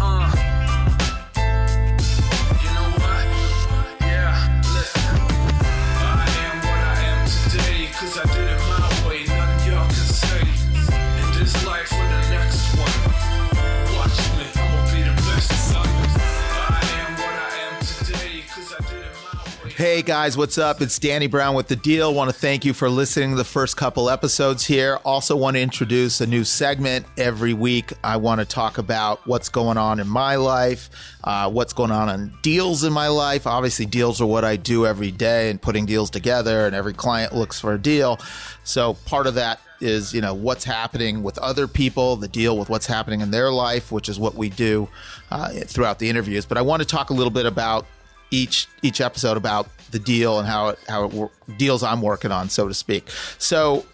Uh. Hey guys, what's up? It's Danny Brown with The Deal. Want to thank you for listening to the first couple episodes here. Also, want to introduce a new segment every week. I want to talk about what's going on in my life, uh, what's going on in deals in my life. Obviously, deals are what I do every day and putting deals together, and every client looks for a deal. So, part of that is you know what's happening with other people the deal with what's happening in their life which is what we do uh, throughout the interviews but i want to talk a little bit about each each episode about the deal and how it how it wor- deals i'm working on so to speak so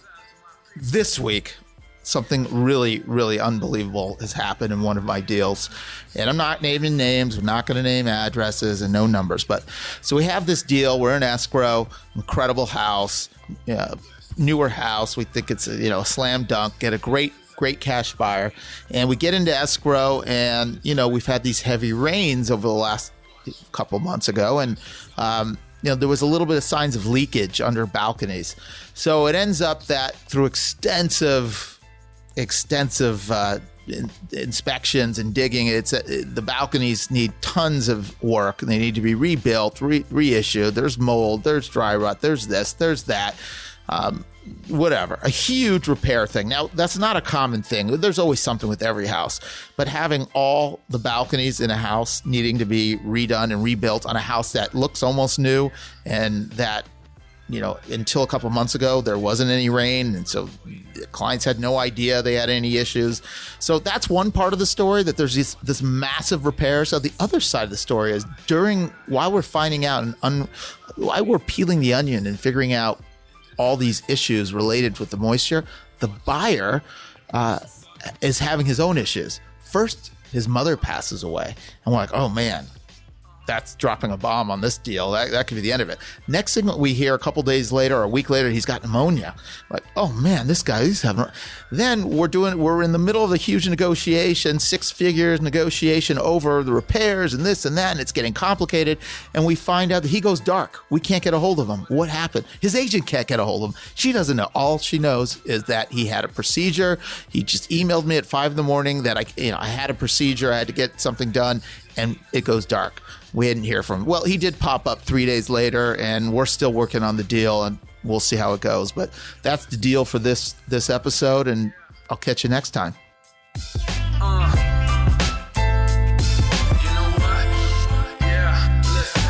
this week something really really unbelievable has happened in one of my deals and i'm not naming names i'm not going to name addresses and no numbers but so we have this deal we're in escrow incredible house yeah, newer house we think it's a, you know a slam dunk get a great great cash buyer and we get into escrow and you know we've had these heavy rains over the last couple months ago and um, you know, there was a little bit of signs of leakage under balconies. So it ends up that through extensive, extensive uh, in- inspections and digging, it's uh, the balconies need tons of work. They need to be rebuilt, re- reissued. There's mold, there's dry rot, there's this, there's that. Um, whatever, a huge repair thing. Now, that's not a common thing. There's always something with every house, but having all the balconies in a house needing to be redone and rebuilt on a house that looks almost new and that you know, until a couple months ago, there wasn't any rain. And so the clients had no idea they had any issues. So that's one part of the story that there's this, this massive repair. So the other side of the story is during, while we're finding out and un, while we're peeling the onion and figuring out all these issues related with the moisture, the buyer uh, is having his own issues. First, his mother passes away. And we're like, oh man, that's dropping a bomb on this deal. That, that could be the end of it. Next thing we hear a couple days later or a week later, he's got pneumonia. Like, oh man, this guy, he's having. Then we're doing, we're in the middle of a huge negotiation, six figures negotiation over the repairs and this and that, and it's getting complicated. And we find out that he goes dark. We can't get a hold of him. What happened? His agent can't get a hold of him. She doesn't know. All she knows is that he had a procedure. He just emailed me at five in the morning that I, you know, I had a procedure. I had to get something done, and it goes dark. We didn't hear from. Well, he did pop up three days later, and we're still working on the deal, and we'll see how it goes. But that's the deal for this this episode, and I'll catch you next time. You know what? Yeah, listen. I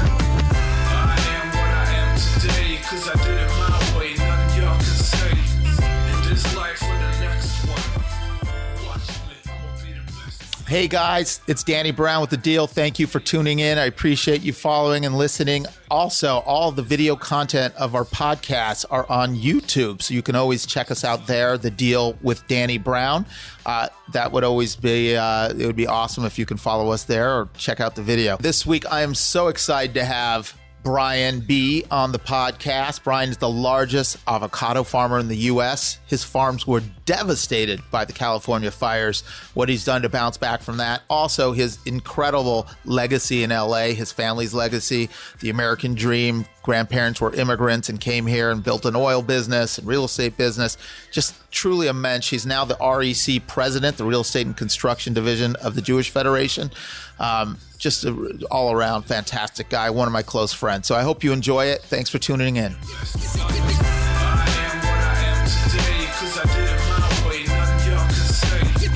am what I am today, cause I did it my way, nothing y'all can say. In this life or the next one. Watch me, I'ma be the best. Hey guys, it's Danny Brown with The Deal. Thank you for tuning in. I appreciate you following and listening. Also, all the video content of our podcasts are on YouTube, so you can always check us out there, The Deal with Danny Brown. Uh, that would always be, uh, it would be awesome if you can follow us there or check out the video. This week, I am so excited to have Brian B on the podcast. Brian is the largest avocado farmer in the U.S. His farms were devastated by the California fires. What he's done to bounce back from that. Also, his incredible legacy in L.A., his family's legacy, the American dream. Grandparents were immigrants and came here and built an oil business and real estate business. Just truly a mensch. He's now the REC president, the Real Estate and Construction Division of the Jewish Federation. Um, just an all around fantastic guy, one of my close friends. So I hope you enjoy it. Thanks for tuning I in. am what I am today, cause I did it my way, nothing y'all can say. In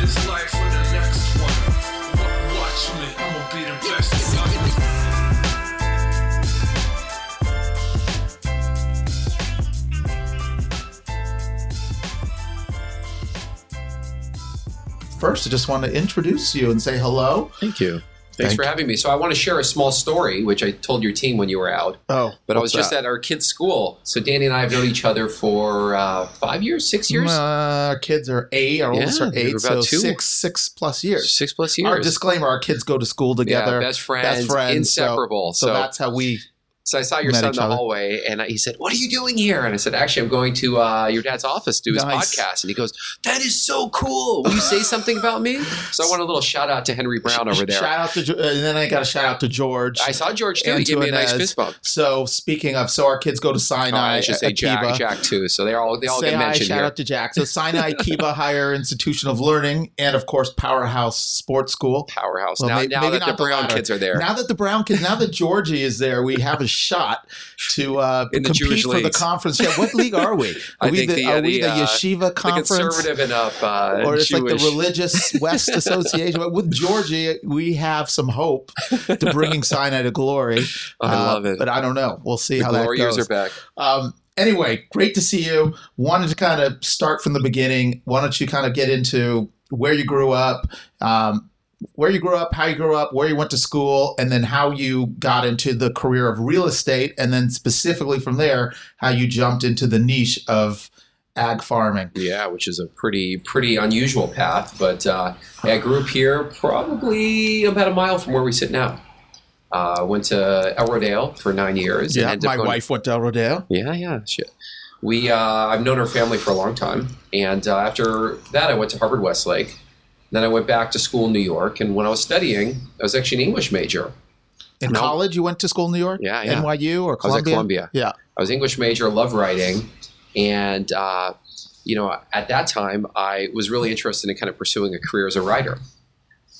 this life or the next one. Wa- Watch me, I'ma be the best. First, I just want to introduce you and say hello. Thank you. Thanks Thank for having me. So I want to share a small story, which I told your team when you were out. Oh, But I was what's just that? at our kids' school. So Danny and I have known each other for uh, five years, six years, Uh, our kids are eight. Our Yeah, oldest are they were eight, so about two. six, six plus years. six plus Our years. disclaimer: our kids go to school together, yeah, best friends, so- inseparable. So, So, that's how we. so I saw your met son in each the other. hallway, and I, he said, "What are you doing here?" And I said, "Actually, I'm going to uh, your dad's office to do his Nice. podcast." And he goes, "That is so cool. Will you say something about me?" So I want a little shout out to Henry Brown over there. Shout out to, Jo- uh, and then I got a shout out to George. I saw George too. He gave me a nice Antoinez. fist bump. so speaking of, so our kids go to Oh, Sinai. I should say Jack, Akiba. Jack too. So they all they all Uh, Say get hi, mentioned shout here. out to Jack. So Sinai Kiva Higher Institution of Learning, and of course Powerhouse Sports School. powerhouse. Well, now may- now maybe that not the the Brown latter. kids are there. Now that the Brown kids, now that Georgie is there, we have a shot to uh, In the compete Jewish for the leagues. conference. Yeah, what league are we? Are I we think the, the, are uh, we the, the, uh, yeshiva conference? The conservative and up, uh, or it's Jewish. like the religious West Association. But with Georgia, we have some hope to bringing Sinai to glory. Uh, I love it. But I don't know. We'll see Uh-huh. the how that glory years goes. are back. um, anyway, great to see you. Wanted to kind of start from the beginning. Why don't you kind of get into where you grew up, um, where you grew up, how you grew up, where you went to school, and then how you got into the career of real estate, and then specifically from there, how you jumped into the niche of ag farming. Yeah, which is a pretty pretty unusual path. But uh, I grew up here, probably about a mile from where we sit now. Uh, went to Elrodale for nine years. and ended up my going- wife went to El Rodeo. Yeah, yeah, shit. We, uh, I've known her family for a long time, and uh, after that, I went to Harvard Westlake. Then I went back to school in New York, and when I was studying, I was actually an English major. In No. college, you went to school in New York? Yeah, yeah. NYU or I was Columbia? at Columbia. Yeah. I was English major, love writing, and uh, you know, at that time, I was really interested in kind of pursuing a career as a writer.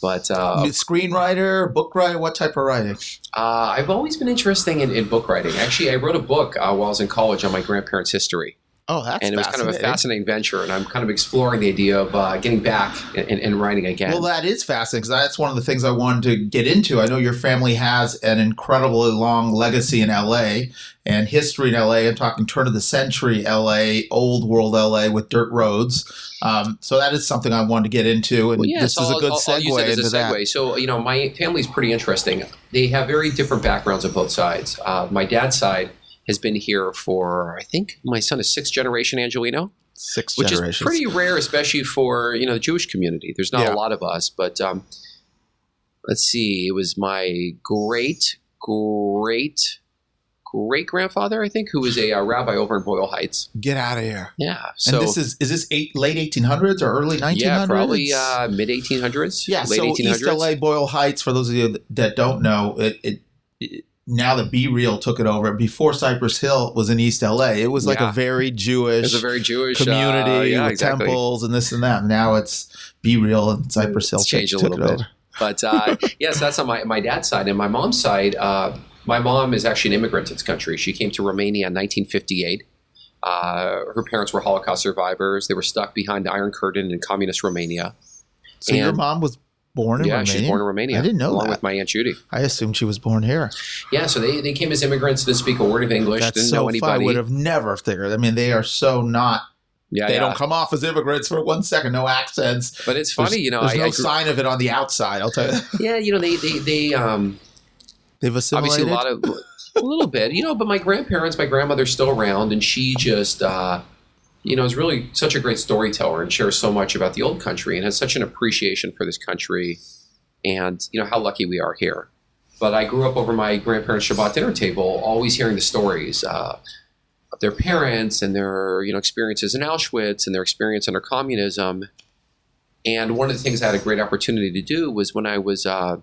But uh, You Screenwriter, book writer, what type of writing? uh, I've always been interested in, in book writing. Actually, I wrote a book uh, while I was in college on my grandparents' history. Oh, that's and it was kind of a fascinating. fascinating venture. And I'm kind of exploring the idea of uh, getting back and, and, and writing again. Well, that is fascinating because that's one of the things I wanted to get into. I know your family has an incredibly long legacy in LA and history in LA. I'm talking turn of the century LA, old world LA with dirt roads. Um, so that is something I wanted to get into, and Well, yeah, this so is a I'll- good I'll- segue I'll use it as into a that. segue. So you know, my family's pretty interesting. They have very different backgrounds on both sides. Uh, my dad's side has been here for I think my son is sixth generation Angelino, Six which is generations. pretty rare, especially for you know the Jewish community. There's not Yeah. a lot of us, but um, let's see. It was my great great great grandfather, I think, who was a uh, rabbi over in Boyle Heights. get out of here. Yeah. So and this is is this eight, late 1800s or early 1900s? yeah, probably uh, mid 1800s. Yeah, late so 1800s. East LA Boyle Heights. For those of you that don't know, it, it, it now that Be Real took it over. Before Cypress Hill was in East LA, it was like a Yeah. very Jewish It's a very Jewish uh, community yeah, with exactly. temples and this and that. Now it's Be Real and Cypress Hill It's took, changed a took little it bit. over. But uh, yes, that's on my, my dad's side. And my mom's side, uh, my mom is actually an immigrant to this country. She came to Romania in 1958. Uh, her parents were Holocaust survivors. They were stuck behind the Iron Curtain in communist Romania. So your And- mom was born in yeah, Romania. she's born in Romania. I didn't know along that. with my aunt Judy. I assumed she was born here. Yeah, so they, they came as immigrants, didn't speak a word of English, That's didn't so know funny. I anybody. would have never figured. I mean, they are so not. yeah, they yeah. don't come off as immigrants for one second. No accents. But it's There's- funny, you know. there's I, no I grew- sign of it on the outside. I'll tell you. yeah, you know, they they they um, They've assimilated. obviously a lot of a little bit you know but my grandparents my grandmother's still around and she just uh, you know is really such a great storyteller and shares so much about the old country and has such an appreciation for this country and you know how lucky we are here but i grew up over my grandparents shabbat dinner table always hearing the stories uh, of their parents and their you know experiences in auschwitz and their experience under communism and one of the things i had a great opportunity to do was when i was uh,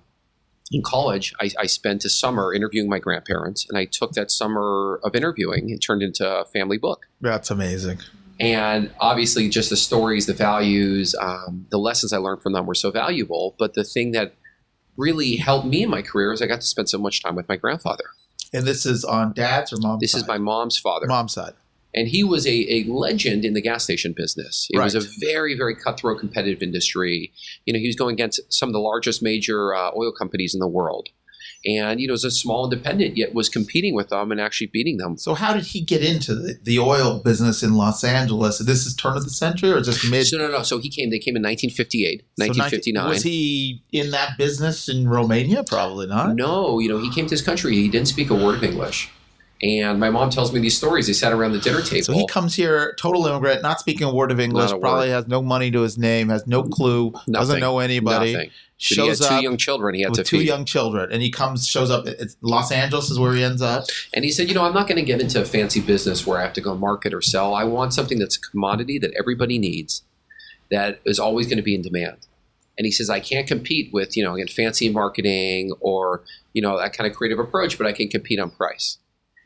in college, I, I spent a summer interviewing my grandparents, and I took that summer of interviewing and turned into a family book. That's amazing. And obviously, just the stories, the values, um, the lessons I learned from them were so valuable. But the thing that really helped me in my career is I got to spend so much time with my grandfather. And this is on dad's or mom's This side? is my mom's father. mom's side. and he was a, a legend in the gas station business. It was a Right. very, very cutthroat competitive industry. You know, he was going against some of the largest major uh, oil companies in the world. And, you know, as a small independent, yet was competing with them and actually beating them. So how did he get into the, the oil business in Los Angeles? This is turn of the century or just mid? So, no, no. So he came, they came in 1958, so 1959. Was he in that business in Romania? Probably not. No, you know, he came to this country. He didn't speak a word of English. And my mom tells me these stories. They sat around the dinner table. So he comes here, total immigrant, not speaking a word of English, Not a word. probably has no money to his name, has no clue, doesn't Nothing. know anybody, Nothing. But he had shows two up young children he had to with two feed. young children, and he comes, shows up. It's Los Angeles is where he ends up. And he said, you know, I'm not going to get into a fancy business where I have to go market or sell. I want something that's a commodity that everybody needs, that is always going to be in demand. And he says, I can't compete with, you know, again, fancy marketing or, you know, that kind of creative approach, but I can compete on price.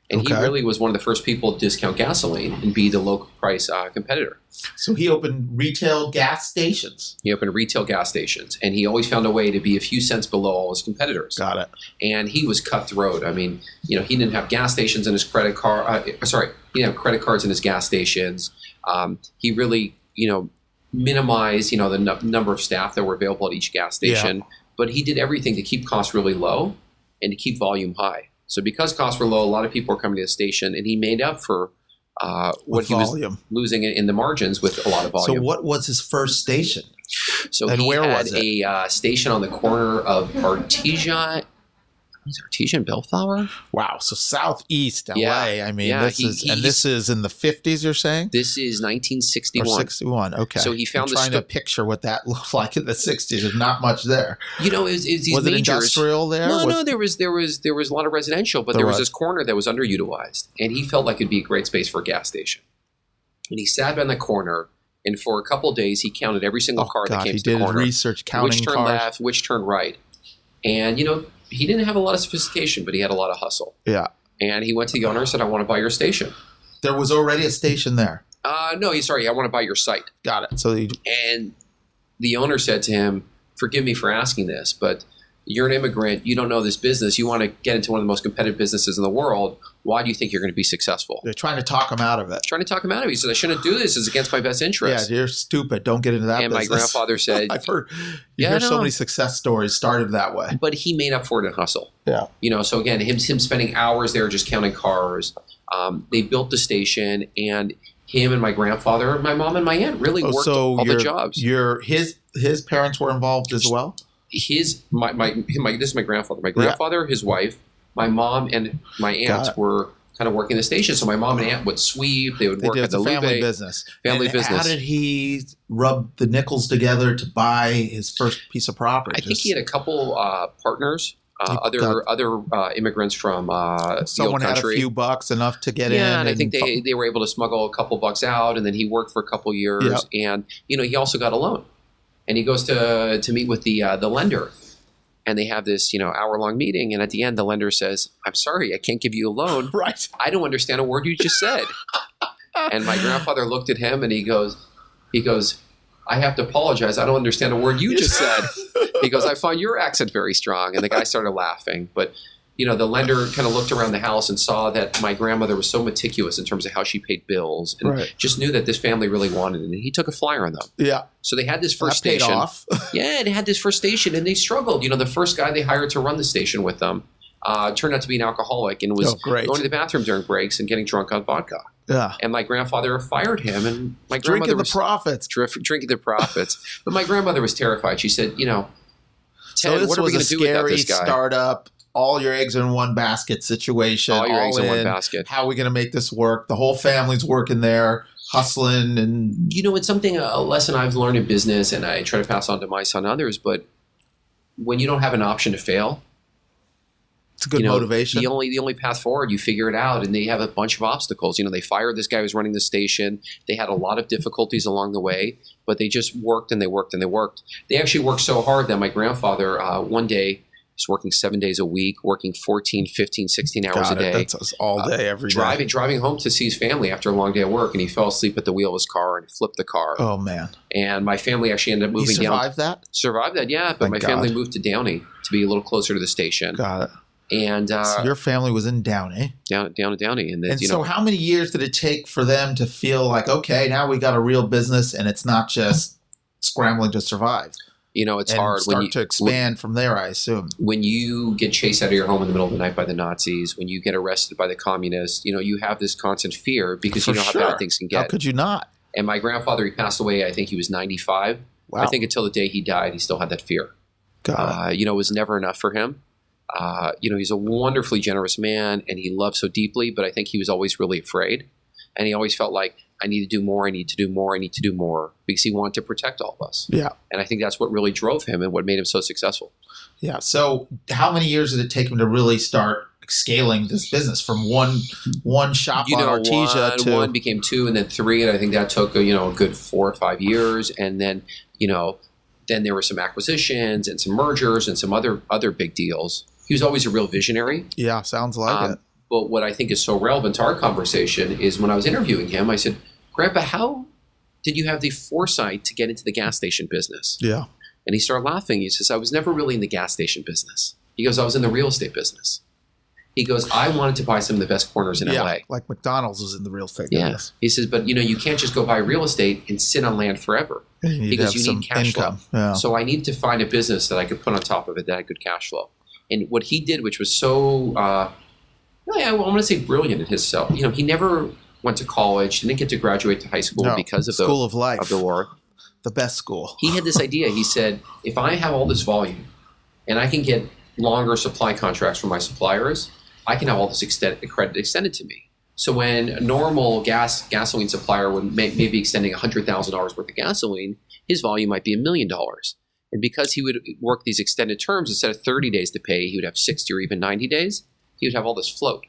and he Okay. really was one of the first people to discount gasoline and be the local price uh, competitor. So he opened retail gas stations. He opened retail gas stations, and he always found a way to be a few cents below all his competitors. Got it. and he was cutthroat. I mean, you know, he didn't have gas stations in his credit card. Uh, sorry, he didn't have credit cards in his gas stations. Um, he really, you know, minimized, you know, the nu- number of staff that were available at each gas station. But he did everything to keep costs really low and to keep volume high. So because costs were low, a lot of people were coming to the station, and he made up for uh, what With he was volume. losing in in the margins with a lot of volume. So what was his first station? So And he where had was it? a uh, station on the corner of Artesia. Was Artesia and Bellflower? Wow. So southeast LA. I mean, Yeah, this he- is he- and this is in the fifties. You're saying This is or 1961. sixty-one? Okay. So he found I'm this trying to picture what that looked like in the sixties. There's not much there. You know, is these was it majors. industrial there? No, Was- no, there was there was there was a lot of residential, but There there, was. was. this corner that was underutilized, and he felt like it'd be a great space for a gas station. And he sat on the corner, and for a couple of days, he counted every single Oh, car God, that came he to the did corner, research counting which turned cars. left, which turned right, and you know, he didn't have a lot of sophistication, but he had a lot of hustle. Yeah. And he went to the owner and said, "I want to buy your station." There was already a station there. Uh, no, he's sorry, I want to buy your site. Got it. So he, And the owner said to him, Forgive me for asking this, but you're an immigrant. You don't know this business. You want to get into one of the most competitive businesses in the world. Why do you think you're going to be successful? they're trying to talk him out of it. Trying to talk him out of it. He said, I shouldn't do this. It's against my best Yeah, interest. you're stupid. Don't get into that. and my business. grandfather said, I've heard you Yeah, hear I so know. many success stories started that way. But he made up for it in hustle. Yeah. You know, so again, him, him spending hours there just counting cars. Um, they built the station, and him and my grandfather, and my mom, and my aunt really Oh, worked so all the your- jobs. Your his his parents were involved as well. his my, my my this is my grandfather. My grandfather, his wife, my mom, and my Got aunt it. were kind of working the station. So my mom and aunt would sweep. They would They work did at it's the a family Lube. business. Family And How business. did he rub the nickels together to buy his first piece of property? I think he had a couple uh, partners, uh, He other got- other uh, immigrants from uh, someone the had old a country. few bucks enough to get in. yeah, and I think fu- they, they were able to smuggle a couple bucks out, and then he worked for a couple years, and you know he also got a loan, and he goes to to meet with the uh, the lender, and they have this you know hour long meeting, and at the end the lender says, "I'm sorry, I can't give you a loan, right. I don't understand a word you just said. and my grandfather looked at him and he goes, he goes, I have to apologize. I don't understand a word you just said. He goes, I find your accent very strong. And the guy started laughing. But, you know, the lender kind of looked around the house and saw that my grandmother was so meticulous in terms of how she paid bills and Right. just knew that this family really wanted it. And he took a flyer on them. Yeah, So they had this first first that paid station. off. Yeah, they had this first station, and they struggled. You know, the first guy they hired to run the station with them uh, turned out to be an alcoholic and was Oh, great. going to the bathroom during breaks and getting drunk on vodka. yeah, And my grandfather fired him, and my grandmother drinking the was profits. drif- drinking the profits. but my grandmother was terrified. She said, "You know, So Ted, this what are we was a going to do without scary this guy? startup. All your eggs in one basket situation. All your eggs in one basket." How are we going to make this work? The whole family's working there, hustling, and You know, it's something a lesson I've learned in business, and I try to pass on to my son and others. But when you don't have an option to fail, it's a good you know, motivation. The only the only path forward, you figure it out, and they have a bunch of obstacles. You know, they fired this guy who was running the station. They had a lot of difficulties along the way, but they just worked and they worked and they worked. They actually worked so hard that my grandfather uh, one day was working seven days a week, working 14, 15, 16 hours Got a it. day. That's us all Uh, day, every day. Driving, driving home to see his family after a long day at work, and he fell asleep at the wheel of his car and flipped the car. Oh man, And my family actually ended up he moving down. survived that. Survived that, yeah. But Thank my God. family moved to Downey to be a little closer to the station, Got it. and uh, so your family was in Downey, down, down to Downey. And, then, and you know, so how many years did it take for them to feel like okay, now we got a real business, and it's not just scrambling to survive? you know it's and hard start when you, to expand from there, I assume. when you get chased out of your home in the middle of the night by the nazis when you get arrested by the communists you know you have this constant fear because you For know how sure. bad things can How get could you not? and my grandfather he passed away i think he was 95 Wow. i think until the day he died he still had that fear God. uh, you know it was never enough for him uh, you know he's a wonderfully generous man and he loved so deeply but i think he was always really afraid and he always felt like i need to do more i need to do more i need to do more because he wanted to protect all of us yeah. and i think that's what really drove him and what made him so successful Yeah. So how many years did it take him to really start scaling this business from one one shop on Artesia one, to one became two, and then three, and I think that took uh, you know a good four or five years, and then you know, then there were some acquisitions and some mergers and some other other big deals. He was always a real visionary, Yeah, sounds like um, it. But what I think is so relevant to our conversation is when I was interviewing him, I said, Grandpa, how did you have the foresight to get into the gas station business? Yeah. And he started laughing. He says, I was never really in the gas station business. He goes, I was in the real estate business. He goes, I wanted to buy some of the best corners in yeah. LA. Like McDonald's was in the real estate Yeah. business. He says, but you know, you can't just go buy real estate and sit on land forever. You need Because to have you some need cash flow. income. Yeah. So I needed to find a business that I could put on top of it that had good cash flow. And what he did, which was so, uh, really, I want to say brilliant in his self. You know, he never went to college, didn't get to graduate to high school No. because of the, school of life, of the war. the best school. He had this idea. He said, if I have all this volume and I can get longer supply contracts from my suppliers, I can have all this extend, credit extended to me. So when a normal gas gasoline supplier would may, maybe extending $100,000 worth of gasoline, his volume might be a million dollars. And because he would work these extended terms, instead of 30 days to pay, he would have 60 or even 90 days. He would have all this float.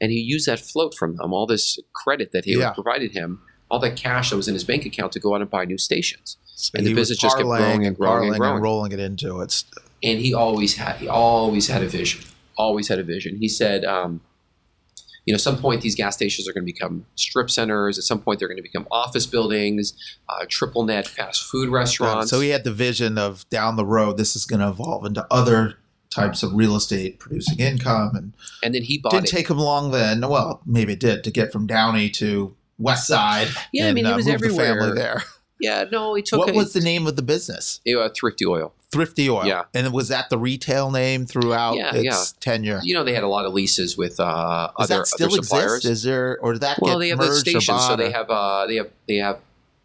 And he used that float from them, all this credit that he Yeah. had provided him, all that cash that was in his bank account to go out and buy new stations. So and the he was business just kept growing parlaying and growing and parlaying growing. rolling it into it. and he always had he always had a vision always had a vision he said um, you know some point these gas stations are going to become strip centers at some point they're going to become office buildings uh, triple net fast food restaurants uh, So he had the vision of down the road, this is going to evolve into other types of real estate producing income. And and then he bought didn't it take him long then. Well, maybe it did to get from Downey to West Side. Yeah, I and, mean, he uh, was move everywhere. The family there. yeah no he took What a- was the name of the business? uh, thrifty oil Thrifty Oil. Yeah. And was that the retail name throughout Yeah, its yeah. tenure? you know they had a lot of leases with uh, Does other that still other suppliers exist? Is there or did that well get they have the merged or station bought so or- they have uh, they have they have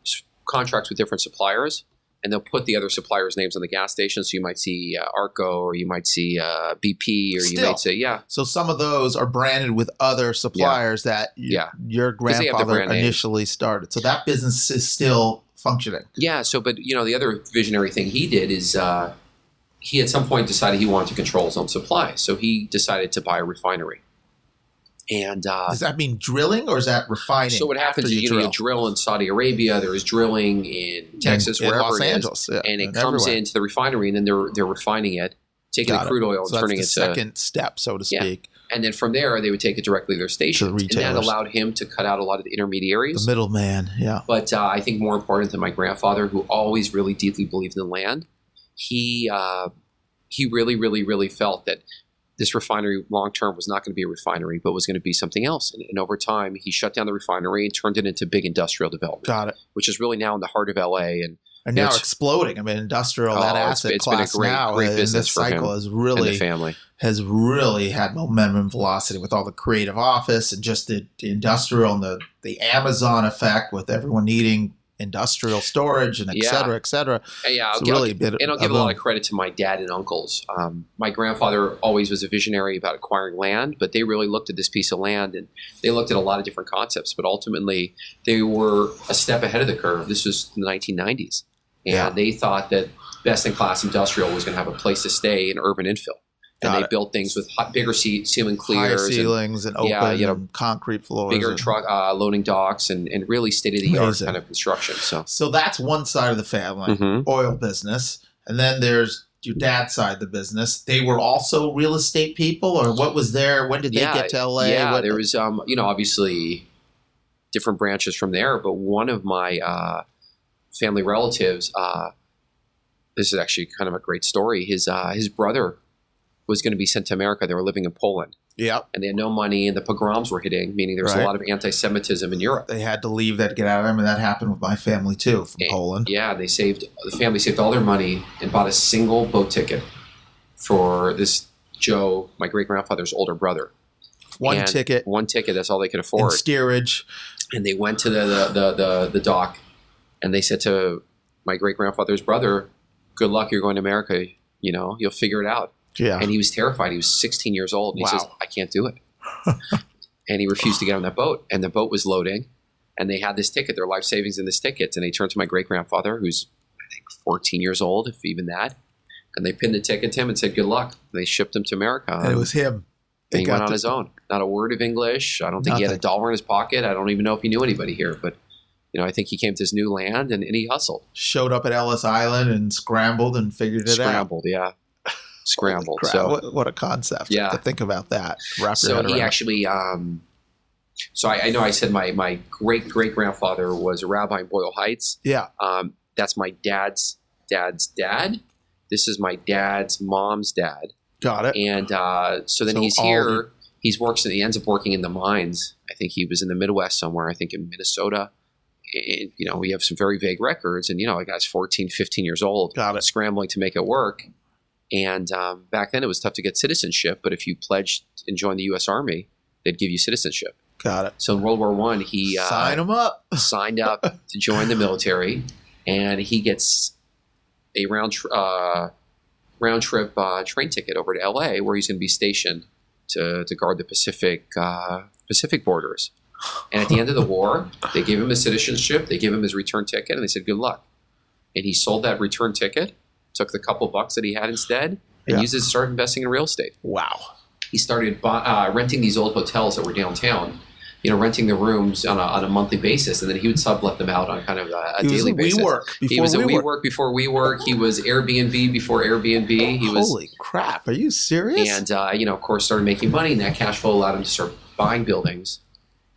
s- contracts with different suppliers and they'll put the other suppliers names on the gas station so you might see uh, arco or you might see uh, bp or you Still. might say yeah So some of those are branded with other suppliers that y- Yeah. your they have the grandfather brand names. initially started. So that business is still functioning. Yeah. So, but you know, the other visionary thing he did is uh, he at some point decided he wanted to control his own supply. So he decided to buy a refinery. And uh, Does that mean drilling or is that refining? so what after happens is you, know, you drill in Saudi Arabia. There is drilling in Texas, in, in wherever Los it is, Angeles, yeah, and it comes everywhere. into the refinery, and then they're they're refining it, taking Got the it. crude oil, So and that's turning the it to second step, so to Yeah. speak, and then from there they would take it directly to their stations, and that retailers. allowed him to cut out a lot of the intermediaries. the middleman. Yeah, But uh, I think more important than my grandfather, who always really deeply believed in the land, he uh, he really, really, really felt that this refinery long term was not going to be a refinery, but was going to be something else. And, and over time, he shut down the refinery and turned it into big industrial development, got it. which is really now in the heart of LA. And And now It's- exploding. I mean, industrial Oh, that it's- asset it's been a class great- now great in business this for him cycle is and really the family. has really had momentum and velocity with all the creative office and just the, the industrial and the, the Amazon effect with everyone needing industrial storage and et Yeah. cetera, et cetera. And yeah, I'll It's gi- I'll really been and I'll give a lot of credit to my dad and uncles. Um, my grandfather always was a visionary about acquiring land, but they really looked at this piece of land and they looked at a lot of different concepts. But ultimately, they were a step ahead of the curve. This was the 1990s, and Yeah. they thought that best in class industrial was going to have a place to stay in urban infill, and Got they it. built things with hot, bigger ce- ceiling higher clears, and ceilings and open yeah, you know, and concrete floors. bigger and- truck uh, loading docks, and, and really state of the art Amazing. Mm-hmm. kind of construction. So. So that's one side of the family, Mhm. oil business. And then there's your dad's side of the business. They were also real estate people, or what was there? When did they Yeah, get to LA? Yeah, What- there was um, you know, obviously different branches from there, but one of my uh, family relatives, uh, this is actually kind of a great story. His uh, his brother was going to be sent to America. They were living in Poland, yeah, and they had no money, and the pogroms were hitting, meaning there was Right. a lot of anti-Semitism in Europe. they had to leave that, get out of them. And that happened with my family too from Yeah. Poland. Yeah, they saved the family saved all their money and bought a single boat ticket for this Joe, my great grandfather's older brother. One And ticket One ticket. That's all they could and afford. steerage. and they went to the the, the, the, the dock and they said to my great grandfather's brother, Good luck, you're going to America, you know, you'll figure it out. Yeah. And he was terrified. He was sixteen years old and he Wow. says, I can't do it. and he refused to get on that boat. And the boat was loading and they had this ticket, their life savings in this ticket. And they turned to my great grandfather, who's I think fourteen years old, if even that. And they pinned the ticket to him and said, Good luck. And they shipped him to America. and it was him. And he got went on the- his own. Not a word of English. I don't think he had Nothing. a dollar in his pocket. I don't even know if he knew anybody here. But you know, I think he came to this new land and, and he hustled, showed up at Ellis Island and scrambled and figured it out. scrambled. Yeah, scrambled. Crap, So what, what a concept Yeah. to think about that. Wrap your so head he around. actually um, so I, I know i said my my great great grandfather was a rabbi in boyle heights yeah, um, that's my dad's dad's dad this is my dad's mom's dad got it. and uh, so then So he's all here he's works he ends up working in the mines i think he was in the midwest somewhere i think in minnesota and you know we have some very vague records and you know a guy's 14 15 years old Got it. scrambling to make it work and um, back then it was tough to get citizenship but if you pledged and joined the u.s army they'd give you citizenship Got it. so in world war one he uh, Sign him up. signed up to join the military, and he gets a round tr- uh, round trip uh, train ticket over to L.A., where he's going to be stationed to, to guard the Pacific uh, Pacific borders. And at the end of the war, they gave him his citizenship, they gave him his return ticket, and they said, "Good luck." And he sold that return ticket, took the couple bucks that he had instead, and Yeah. used it to start investing in real estate Wow. he started bu uh, renting these old hotels that were downtown. You know, renting the rooms on a, on a monthly basis, and then he would sublet them out on kind of a, a He was daily at basis. WeWork he before was at WeWork. WeWork before WeWork. He was Airbnb before Airbnb. He was, Holy crap. Are you serious? and uh, you know, of course, started making money, and that cash flow allowed him to start buying buildings.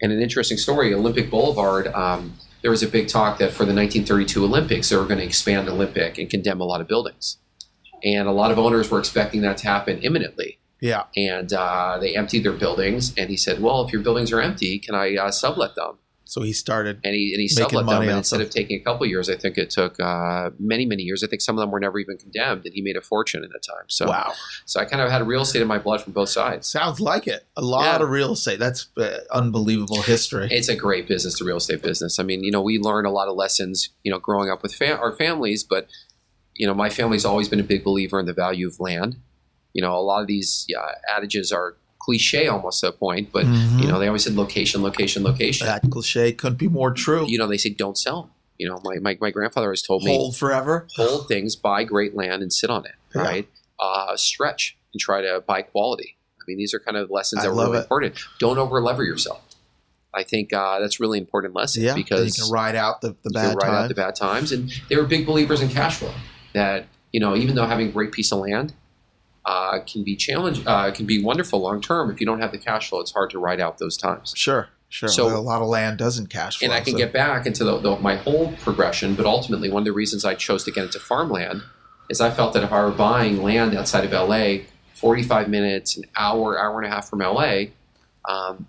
And an interesting story: Olympic Boulevard. Um, there was a big talk that for the 1932 Olympics, they were going to expand Olympic and condemn a lot of buildings, and a lot of owners were expecting that to happen imminently yeah. and uh, they emptied their buildings. And he said, "Well, if your buildings are empty, can I uh, sublet them?" So he started. And he and he Making sublet them. money And off instead them. of taking a couple years, I think it took uh, many many years. I think some of them were never even condemned, and he made a fortune in that time. So wow. so I kind of had real estate in my blood from both sides. Sounds like it. A lot Yeah. of real estate. That's uh, unbelievable history. It's a great business, the real estate business. I mean, you know, we learn a lot of lessons, you know, growing up with fam- our families, but you know, my family's always been a big believer in the value of land. You know, a lot of these uh, adages are cliche almost to a point, but Mhm. you know, they always said location, location, location. that cliche couldn't be more true. you know, they say don't sell 'em. You know, my, my, my grandfather always told me Hold forever. hold things, buy great land, and sit on it. Yeah. Right? Uh, stretch and try to buy quality. I mean, these are kind of lessons I that were love really it. important. Don't over lever yourself. I think uh, that's really important lesson Yeah. because you can ride out the, the you can bad ride time. out the bad times. And they were big believers in cash flow. That you know, even though having a great piece of land uh, can be challenge uh, can be wonderful long term, if you don't have the cash flow, it's hard to ride out those times. Sure. Sure. So- So a lot of land doesn't cash flow. and I can so- get back into the, the, my whole progression. But ultimately, one of the reasons I chose to get into farmland is I felt that if I were buying land outside of LA, 45 minutes, an hour, hour and a half from LA, um,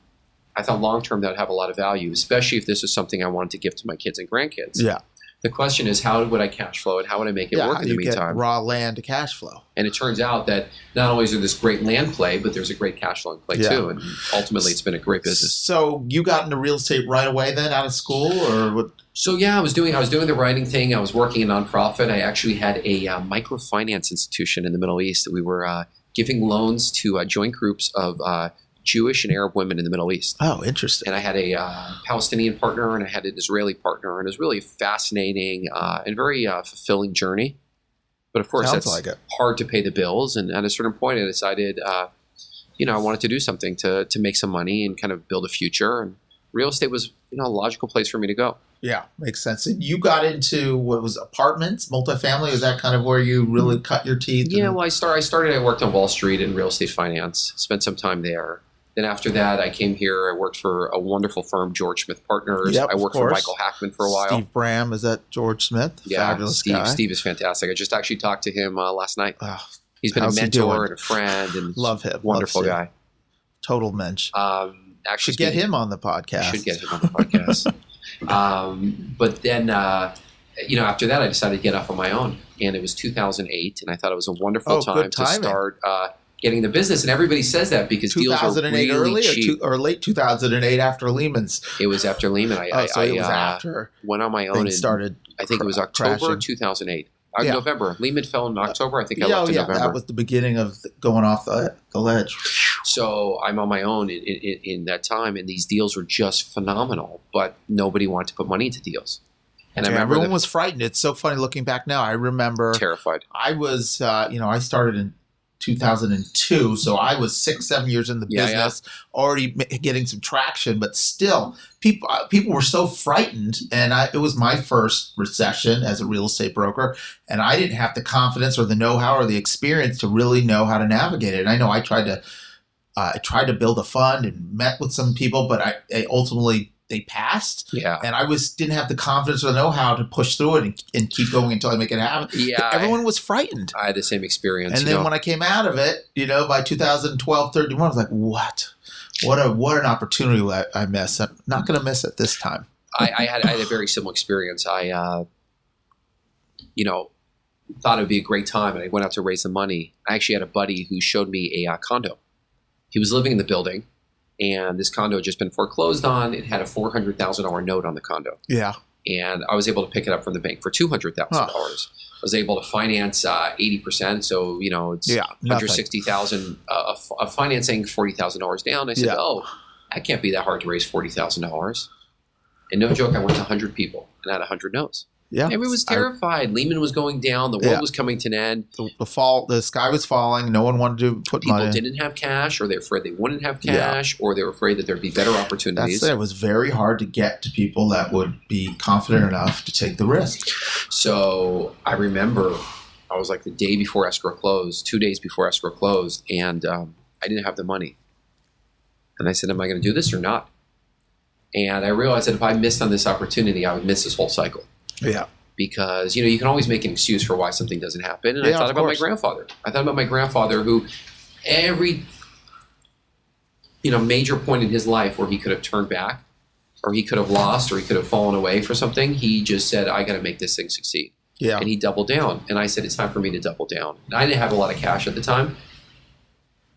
I thought long term that would have a lot of value, especially if this is something I wanted to give to my kids and grandkids. yeah. The question is, how would I cash flow it? How would I make it yeah. work how in do the you get meantime? raw land to cash flow? And it turns out that not only is there this great land play, but there's a great cash flow play Yeah. too. And ultimately, it's been a great business. So you got into real estate right away then out of school or what? So yeah, I was doing I was doing the writing thing. I was working in a nonprofit. I actually had a uh, microfinance institution in the Middle East that we were uh, giving loans to uh, joint groups of uh, Jewish and Arab women in the Middle East. Oh, interesting. And I had a uh, Palestinian partner and I had an Israeli partner, and it was really a fascinating uh, and very uh, fulfilling journey. But of course, Sounds that's like it. hard to pay the bills. And at a certain point, I decided, uh, you know, I wanted to do something to to make some money and kind of build a future. And real estate was you know a logical place for me to go. Yeah, makes sense. And you got into what was apartments, multifamily? Is that kind of where you really cut your teeth? Yeah, and- well, I start. I started. I worked on Wall Street in real estate finance. Spent some time there. Then after that, I came here. I worked for a wonderful firm, George Smith Partners. Yep, I of worked for course. Michael Hackman for a while. Steve Bram is that George Smith? yeah, Fabulous Steve. guy. Steve is fantastic. I just actually talked to him uh, last night. Oh, He's been How's a he mentor doing? and a friend and love him. Love wonderful Steve. guy. Total mensch. Um, actually, Should get speaking- him on the I podcast. Should get him on the podcast. um, but then, uh, you know, after that, I decided to get off on my own, and it was 2008, and I thought it was a wonderful Oh, time good to timing. start uh, getting the business. And everybody says that because deals are 2008 really early or, two, cheap. or late 2008 after Lehman's. it was after Lehman. I, Oh, I, so I it was uh, after went on my own. things And started. I think it was cra- October crashing. 2008. Uh, Yeah. November. Lehman fell in October. I think I Yeah, left oh, in yeah, November. that was the beginning of th- going off the, the ledge. So I'm on my own in, in, in that time, and these deals were just phenomenal. But nobody wanted to put money into deals, and I Yeah, remember everyone the- was frightened. It's so funny looking back now. I remember terrified. I was, uh, you know, I started in 2002. So I was six, seven years in the Yeah, yeah. business, already ma- getting some traction, but still, people uh, people were so frightened. And I, it was my first recession as a real estate broker, and I didn't have the confidence or the know how or the experience to really know how to navigate it. And I know I tried to. Uh, I tried to build a fund and met with some people, but I, I ultimately they passed, Yeah. and I was didn't have the confidence or the know-how to push through it and, and keep going until I make it happen. Yeah. Everyone was frightened. I, I had the same experience. And you then know? when I came out of it, you know, by 2012, 31, I was like, what? What a what an opportunity I, I missed. I'm not going to miss it this time. I, I had I had a very similar experience. I, uh, you know, thought it would be a great time, and I went out to raise the money. I actually had a buddy who showed me a uh, condo. He was living in the building, and this condo had just been foreclosed on. It had a four hundred thousand dollar note on the condo, Yeah. and I was able to pick it up from the bank for two hundred thousand dollars. I was able to finance uh, eighty percent, so you know it's Yeah. Under Nothing. sixty thousand uh, of, of financing, forty thousand dollars down. I said, Yeah. "Oh, that can't be that hard to raise forty thousand dollars." And no joke, I went to hundred people and had hundred no's. Yeah. Everyone was I- terrified. Lehman was going down. The world Yeah. was coming to an end. the, the fall, the sky was falling. No one wanted to put People money. in. didn't have cash, or they're afraid they wouldn't have Yeah. cash, or they were afraid that there'd be better opportunities. That's it. It was very hard to get to people that would be confident enough to take the risk. So I remember I was like the day before escrow closed, two days before escrow closed, and um, I didn't have the money. And I said, Am I going to do this or not? And I realized that if I missed on this opportunity, I would miss this whole cycle Yeah. because you know you can always make an excuse for why something doesn't happen. And Yeah, I thought of about course. my grandfather. I thought about my grandfather who every you know major point in his life where he could have turned back or he could have lost or he could have fallen away for something, he just said, I gotta make this thing succeed. Yeah. And he doubled down. And I said, it's time for me to double down. And I didn't have a lot of cash at the time.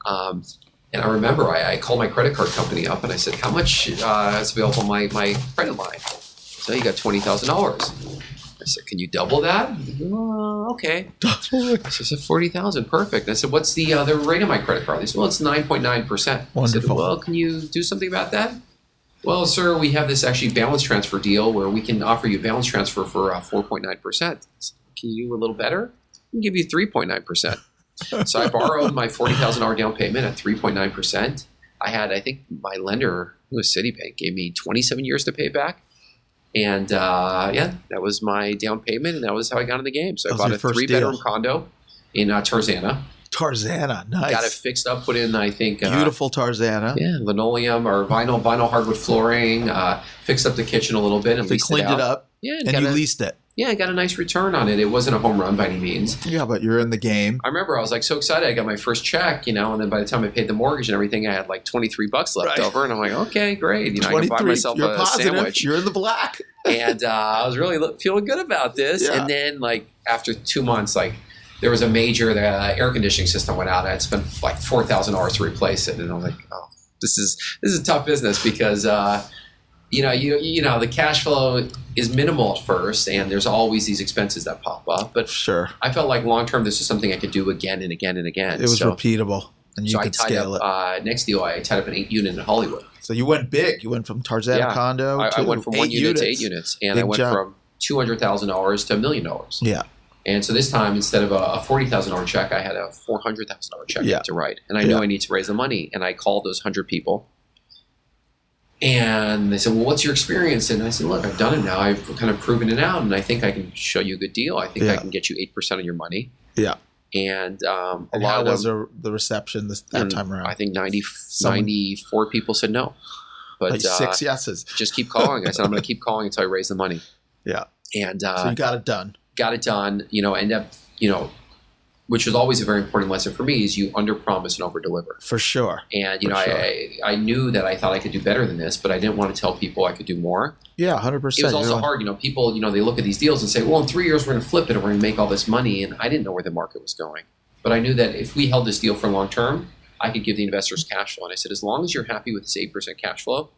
Um, and I remember I, I called my credit card company up and I said, how much uh, is available on my, my credit line? So "Oh, you got $20,000. I said, can you double that? He said, "Uh, okay. I said, 40,000. Perfect. And I said, what's the other rate on my credit card? They said, well, it's 9.9%. I Wonderful. said, well, can you do something about that? Well, sir, we have this actually balance transfer deal where we can offer you a balance transfer for uh, 4.9%. Can you do a little better? We can give you 3.9%. so I borrowed my $40,000 down payment at 3.9%. I had, I think my lender, who was Citibank, gave me 27 years to pay back. And uh, yeah, that was my down payment, and that was how I got in the game. So That I was bought your a first three bedroom deal. condo in uh, Tarzana. Tarzana. Nice. Got it fixed up, put in, I think, uh, Beautiful Tarzana. yeah, linoleum or vinyl, vinyl hardwood flooring. Uh, fixed up the kitchen a little bit and They leased cleaned out. it up Yeah, and and got you a, leased it. yeah, I got a nice return on it. It wasn't a home run by any means. Yeah, but you're in the game. I remember I was like so excited. I got my first check, you know, and then by the time I paid the mortgage and everything, I had like twenty three bucks left Right. over, and I'm like, okay, great. You know, I can 23. buy myself you're a positive. sandwich, You're in the black. and uh, I was really lo- feeling good about this. Yeah. And then like after two months, like there was a major the uh, air conditioning system went out. I had spent like four thousand dollars to replace it, and I was like, oh, this is this is tough business because. Uh, you know, you you know the cash flow is minimal at first, and there's always these expenses that pop up. But Sure. I felt like long term, this is something I could do again and again and again. It was so, repeatable, and you so I could tied scale up it. Uh, next deal. I tied up an eight unit in Hollywood. So you went big. You went from Tarzana Yeah. condo. I, to I went from one eight unit to eight units. units, and I Big went job. from two hundred thousand dollars to a million dollars. Yeah. And so this time, instead of a, a forty thousand dollar check, I had a four hundred thousand dollar check Yeah. to write, and I know Yeah. I need to raise the money. And I called those hundred people, and they said, "Well, what's your experience?" And I said, "Look, I've done it now. I've kind of proven it out, and I think I can show you a good deal. I think Yeah. I can get you eight percent of your money." Yeah. And um, a And lot how of them, was the, the reception this, that Mm, time around? I think 90, Someone- 94 people said no. But like uh, six yeses. just keep calling. I said, I'm going to keep calling until I raise the money. Yeah. And So uh, you got it done. got it done, you know, end up, you know, which was always a very important lesson for me is you under promise and over deliver. For sure. And, you For know, sure. I, I I knew that I thought I could do better than this, but I didn't want to tell people I could do more. Yeah, 100%. It was You're also like- hard, you know, people, you know, they look at these deals and say, well, in three years, we're going to flip it and we're going to make all this money. And I didn't know where the market was going. But I knew that if we held this deal for long term, I could give the investors cash flow. And I said, as long as you're happy with this 8% cash flow,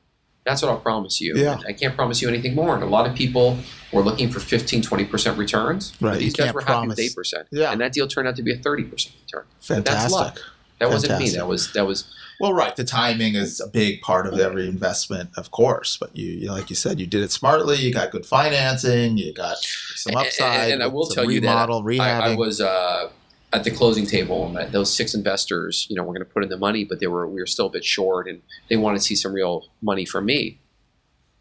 that's what I'll promise you. Yeah. And I can't promise you anything more. And a lot of people were looking for 15, 20% returns. but Right, you These guys can't were promise. happy with 8%. Yeah. And that deal turned out to be a 30% return. But Fantastic. That's luck. That wasn't me. Fantastic. That was, that was, Well, right. The timing is a big part of every investment, of course. But you, you like you said, you did it smartly. You got good financing. You got some And- and- upside. and I with will some tell you that remodel, I, I rehabbing. was, uh, at the closing table and that those six investors, you know, were going to put in the money, but they were we were still a bit short, and they wanted to see some real money from me.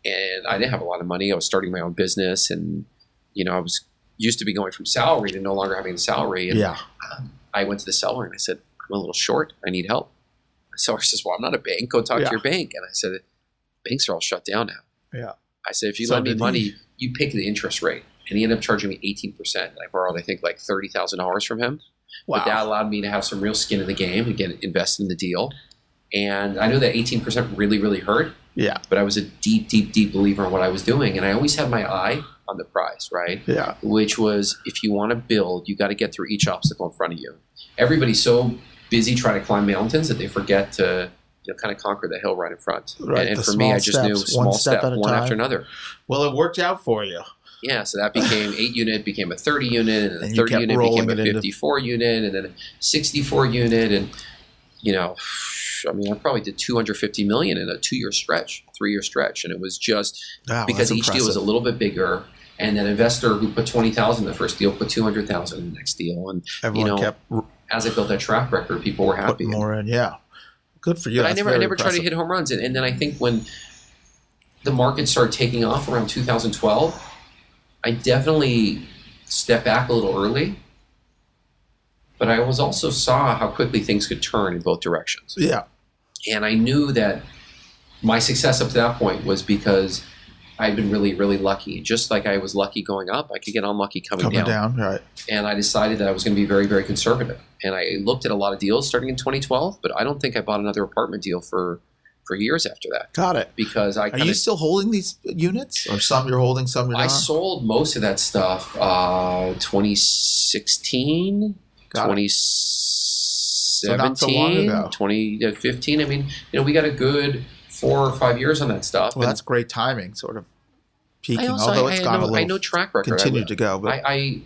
And I didn't have a lot of money. I was starting my own business, and you know, I was used to be going from salary to no longer having a salary. And Yeah. I went to the seller and I said, I'm a little short. I need help. The seller says, Well, I'm not a bank. Go talk Yeah. to your bank. And I said, Banks are all shut down now. Yeah. I said, If you So lend me did money, he. you pick the interest rate. And he ended up charging me 18%. And I borrowed, I think, like $30,000 from him. But that allowed me to have some real skin in the game, again, invest in the deal. And I know that 18% really, really hurt, Yeah. but I was a deep, deep, deep believer in what I was doing. And I always had my eye on the prize, right? Yeah. which was if you want to build, you got to get through each obstacle in front of you. Everybody's so busy trying to climb mountains that they forget to you know, kind of conquer the hill right in front. Right, and the and for me, small I just knew steps, small one step at a one time. after another. Well, it worked out for you. Yeah, so that became eight unit, became a thirty unit, and the And you thirty kept unit rolling became it a into- fifty-four unit, and then a sixty-four unit, and you know, I mean, I probably did two hundred fifty million in a two-year stretch, three-year stretch, and it was just Wow, because that's each deal was a impressive. little bit bigger. And an investor who put twenty thousand in the first deal put two hundred thousand in the next deal, and everyone you know, kept r- as I built that track record, people were happy. putting more in. Yeah. Good for you. but I That's never, I very never tried to impressive. hit home runs, and, and then I think when the market started taking off around 2012, I definitely stepped back a little early. But I was also saw how quickly things could turn in both directions Yeah. and I knew that my success up to that point was because I'd been really, really lucky. Just like I was lucky going up, I could get unlucky coming, Coming down. down. Right. And I decided that I was going to be very, very conservative. And I looked at a lot of deals starting in 2012, but I don't think I bought another apartment deal for for years after that Got it. because I Are kind you of still holding these units, or some you're holding, some you're I not? sold most of that stuff uh, 2016, Got it. 2017, So not so long ago. 2015. I mean, you know, we got a good four or five years on that stuff. well, and that's great timing, sort of peaking. I also although I, it's I gone know, a little, I know track record. continued I, to go, but I, I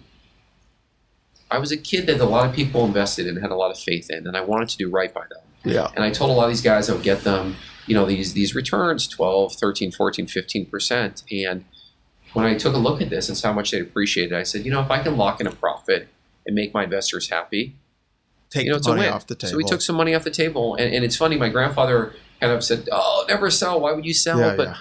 I was a kid that a lot of people invested in, had a lot of faith in, and I wanted to do right by them. yeah, And I told a lot of these guys I would get them, you know, these these returns 12, 13, 14, 15%. And when I took a look at this and saw how much they appreciated, I said, you know, if I can lock in a profit and make my investors happy, take you know, the it's a money win. off the table. So we took some money off the table. And, and it's funny, my grandfather kind of said, oh, never sell. Why would you sell? yeah, but, yeah.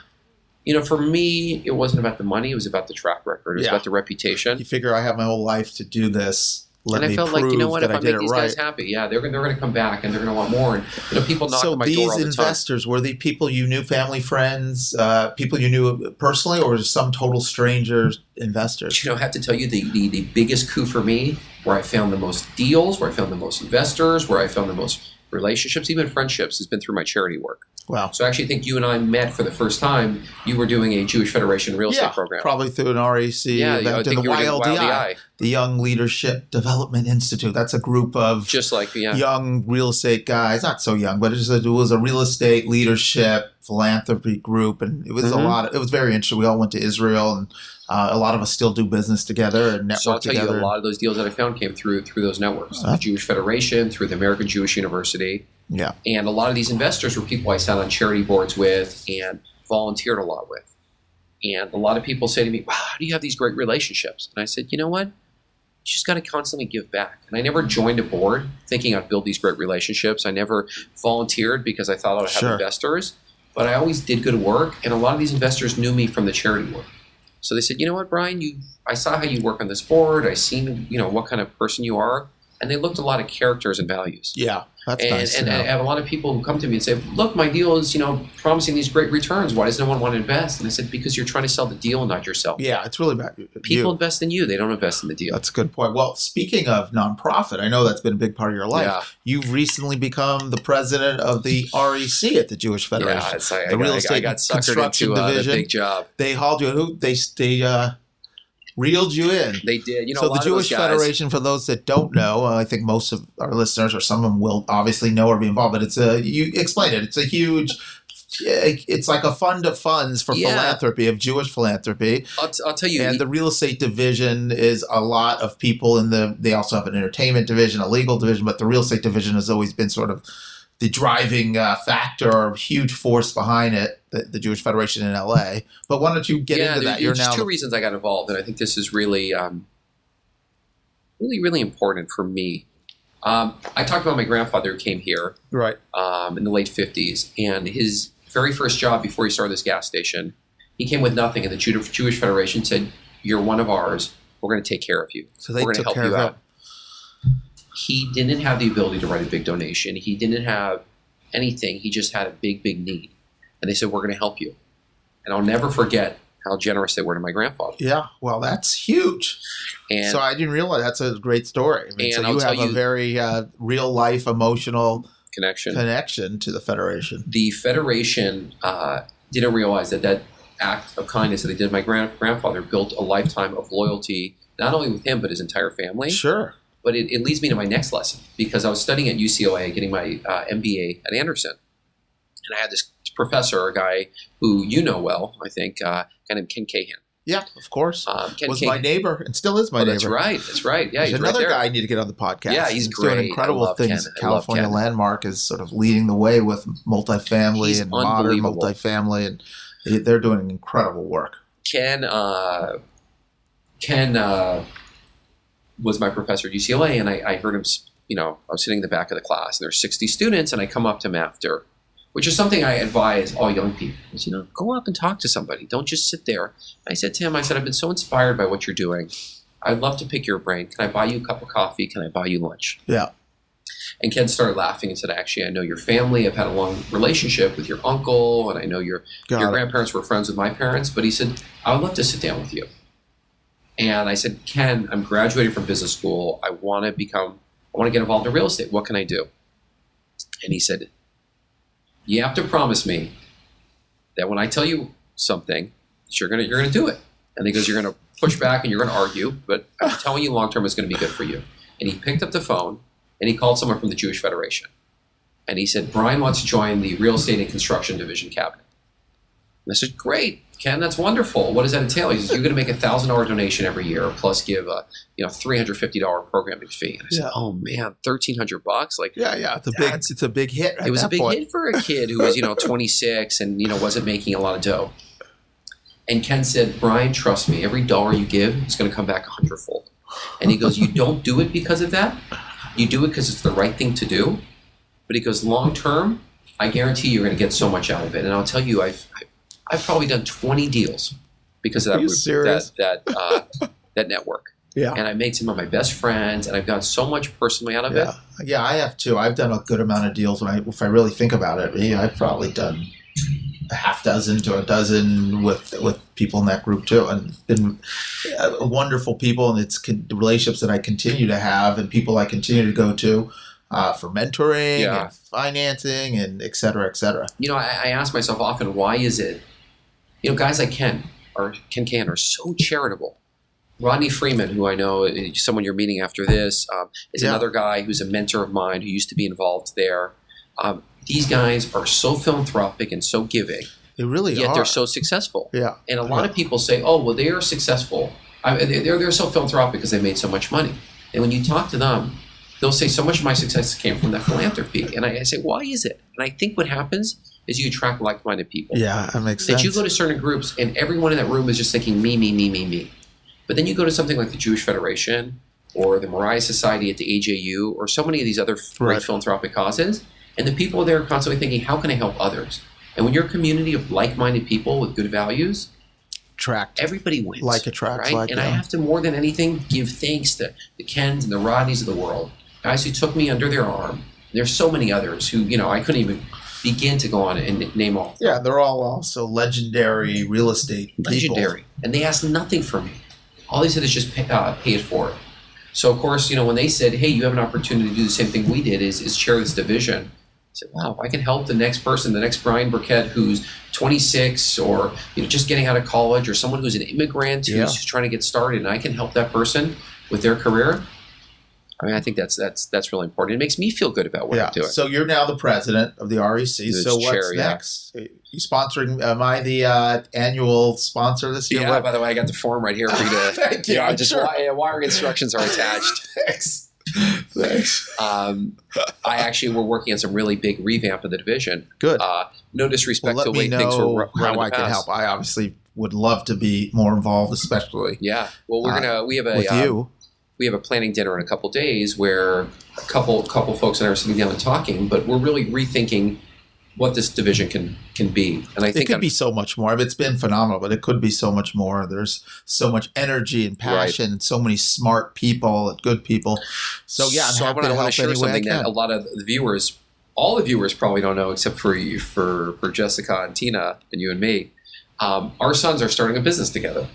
you know, for me, it wasn't about the money. It was about the track record. It was Yeah. about the reputation. You figure I have my whole life to do this. Let and me I felt prove like, you know what, that if I I, did make these it right. guys happy, yeah, they're, gonna- they're going to come back and they're going to want more. And, you know, people knock so on my these door all the time. investors were they people you knew, family, friends, uh, people you knew personally, or some total strangers, investors? You know, I have to tell you the, the, the biggest coup for me, where I found the most deals, where I found the most investors, where I found the most relationships, even friendships, has been through my charity work. Wow. So I actually think you and I met for the first time. You were doing a Jewish Federation real estate Yeah, program. probably through an REC yeah, I event and think the E you were doing YLDI, E YLDI, the Young Leadership Development Institute. That's a group of just like yeah, young real estate guys, not so young, but it was a, it was a real estate leadership philanthropy group, and it was a Mhm. lot. it was very interesting. We all went to Israel, and uh, a lot of us still do business together and network So I'll tell together. you, a lot of those deals that I found came through through those networks, Uh-huh. the Jewish Federation, through the American Jewish University, Yeah, and a lot of these investors were people I sat on charity boards with and volunteered a lot with. And a lot of people say to me, "Wow, how do you have these great relationships?" And I said, "You know what? You just got to constantly give back." And I never joined a board thinking I'd build these great relationships. I never volunteered because I thought I'd have Sure. investors, but I always did good work. And a lot of these investors knew me from the charity work. So they said, "You know what, Brian? You, I saw how you work on this board. I seen, you know, what kind of person you are." And they looked at a lot of characters and values yeah, that's and, nice. and to I know. have a lot of people who come to me and say, "Look, my deal is you know promising these great returns. Why does no one want to invest?" And I said, "Because you're trying to sell the deal, not yourself. yeah, it's really about you. People invest in you; they don't invest in the deal." That's a good point. Well, speaking of nonprofit, I know that's been a big part of your life. Yeah. You've recently become the president of the REC at the Jewish Federation. Yeah, it's like The I, real got, I estate got suckered construction into uh, the division. big job. They hauled you. Who they they uh, reeled you in. They did. You know, a so lot the Jewish of those guys, Federation, for those that don't know, uh, I think most of our listeners or some of them will obviously know or be involved. But it's a you explain it. It's a huge. It's like a fund of funds for Yeah. philanthropy of Jewish philanthropy, I'll, t- I'll tell you, and the real estate division is a lot of people in the. They also have an entertainment division, a legal division, but the real estate division has always been sort of the driving uh, factor or huge force behind it. The, the Jewish Federation in LA. But why don't you get yeah, into there- that? You're there's now two the- reasons I got involved, and I think this is really, um, really, really important for me Um, I talked about my grandfather who came here Right. um, in the late 50s, and his very first job before he started this gas station, he came with nothing, and the Jew- Jewish Federation said, "You're one of ours. We're going to take care of you. So they We're going to took help care you of out." He didn't have the ability to write a big donation. He didn't have anything. He just had a big, big need, and they said, "We're going to help you." And I'll never forget how generous they were to my grandfather. Yeah. Well, that's huge. And so I didn't realize that's a great story. I mean, And so I'll you tell have a you- very uh, real life emotional connection. connection to the Federation. the Federation uh, didn't realize that that act of kindness that they did to my grand- grandfather built a lifetime of loyalty, not only with him, but his entire family. Sure. But it, it leads me to my next lesson because I was studying at UCLA, getting my uh, MBA at Anderson. And I had this professor, a guy who you know well, I think, uh, a guy named Ken Cahan. Yeah, of course. Um, Ken was Cahan. my neighbor and still is my oh, neighbor. that's right. That's right. Yeah, There's he's right another there. guy I need to get on the podcast. Yeah, he's great. doing I incredible love things. Ken. I love California Ken. Landmark is sort of leading the way with multifamily He's and modern unbelievable. multifamily, and they- they're doing incredible work. Ken uh, Ken uh, was my professor at UCLA, and I, I heard him. s- You know, I was sitting in the back of the class, and there's 60 students, and I come up to him after, which is something I advise all young people. Is, you know, go up and talk to somebody. Don't just sit there. I said to him, I said, I've been so inspired by what you're doing. I'd love to pick your brain. Can I buy you a cup of coffee? Can I buy you lunch? Yeah. And Ken started laughing and said, Actually, I know your family. I've had a long relationship with your uncle, and I know your Got your it. grandparents were friends with my parents, but he said, I would love to sit down with you. And I said, Ken, I'm graduating from business school. I want to become, I want to get involved in real estate. What can I do? And he said, You have to promise me that when I tell you something, that you're going to you're gonna do it. And he goes, You're going to push back and you're going to argue, but I'm telling you long term it's going to be good for you. And he picked up the phone and he called someone from the Jewish Federation. And he said, Brian wants to join the real estate and construction division cabinet. And I said, Great, Ken, that's wonderful. What does that entail? He says, You're going to make a thousand dollar donation every year, plus give a you know three hundred fifty dollar programming fee. And I said, Yeah. Oh man, thirteen hundred bucks? Like Yeah, yeah, it's a big, it's a big hit. At it was that a big point. hit for a kid who was you know 26 and you know wasn't making a lot of dough and ken said brian trust me every dollar you give is going to come back a hundredfold and he goes you don't do it because of that you do it because it's the right thing to do but he goes long term i guarantee you're going to get so much out of it and i'll tell you i've i've probably done 20 deals because of Are that you group- serious? that that, uh, that network Yeah. and i made some of my best friends and i've gotten so much personally out of it Yeah, yeah, I have too. I've done a good amount of deals when I, if I really think about it. Yeah, I've probably done a half dozen to a dozen with with people in that group too, and it's been uh, wonderful people, and it's con- relationships that I continue to have, and people I continue to go to uh, for mentoring, Yeah. and financing, and et cetera, et cetera. you know, I, I ask myself often, why is it, you know, guys like Ken or Ken Can are so charitable. Rodney Freeman, who I know is someone you're meeting after this, um, is Yeah. another guy who's a mentor of mine who used to be involved there. Um, these guys are so philanthropic and so giving, They really yet are. they're so successful. yeah, And a lot Yeah. of people say, "Oh, well, they are successful. I, they- they're they're so philanthropic because they made so much money." And when you talk to them, they'll say, "So much of my success came from that philanthropy." And I, I say, "Why is it?" And I think what happens is you attract like-minded people. yeah, that makes That sense. you go to certain groups, and everyone in that room is just thinking me, me, me, me, me. But then you go to something like the Jewish Federation or the Moriah Society at the AJU or so many of these other great Right. philanthropic causes, and the people there are constantly thinking, "How can I help others?" And when you're a community of like-minded people with good values, Tracked. everybody wins. Like attracts right? like, And I yeah. have to more than anything give thanks to the Kens and the Rodneys of the world, guys who took me under their arm. There's so many others who you know I couldn't even begin to go on and name all. Yeah, they're all also legendary real estate people. Legendary, and they asked nothing from me. All they said is just pay, uh, pay it forward. So of course, you know when they said, "Hey, you have an opportunity to do the same thing we did," is, is chair this division. I said, "Wow, I can help the next person, the next Brian Burkett who's 26 or you know just getting out of college, or someone who's an immigrant who's Yeah. just trying to get started, and I can help that person with their career." I mean, I think that's that's that's really important. It makes me feel good about what I'm doing. So you're now the president of the REC. It's so what's chair, yeah. next? You sponsoring? Am I the uh, annual sponsor this year? yeah. What- by the way, I got the form right here for you to. Thank you, Yeah, I'm just sure. wi- wiring instructions are attached. Thanks. Thanks. Um, I actually we're working on some really big revamp of the division. Good. Uh, no well, disrespect let to the me way things were know ru- how run in the I can past. help. I obviously would love to be more involved, especially Yeah. Well, we're Uh, gonna we have a with um, you. we have a planning dinner in a couple days where a couple couple folks and I are sitting down and talking, but we're really rethinking what this division can can be. And I It think could I'm- be so much more. It's been phenomenal, but it could be so much more. There's so much energy and passion, and so many smart people and good people. So yeah, I'm so I happy wanna- I to wanna help share any way I something that a can. lot of the viewers, all the viewers probably don't know, except for you, for for Jessica and Tina and you and me. Um, our sons are starting a business together.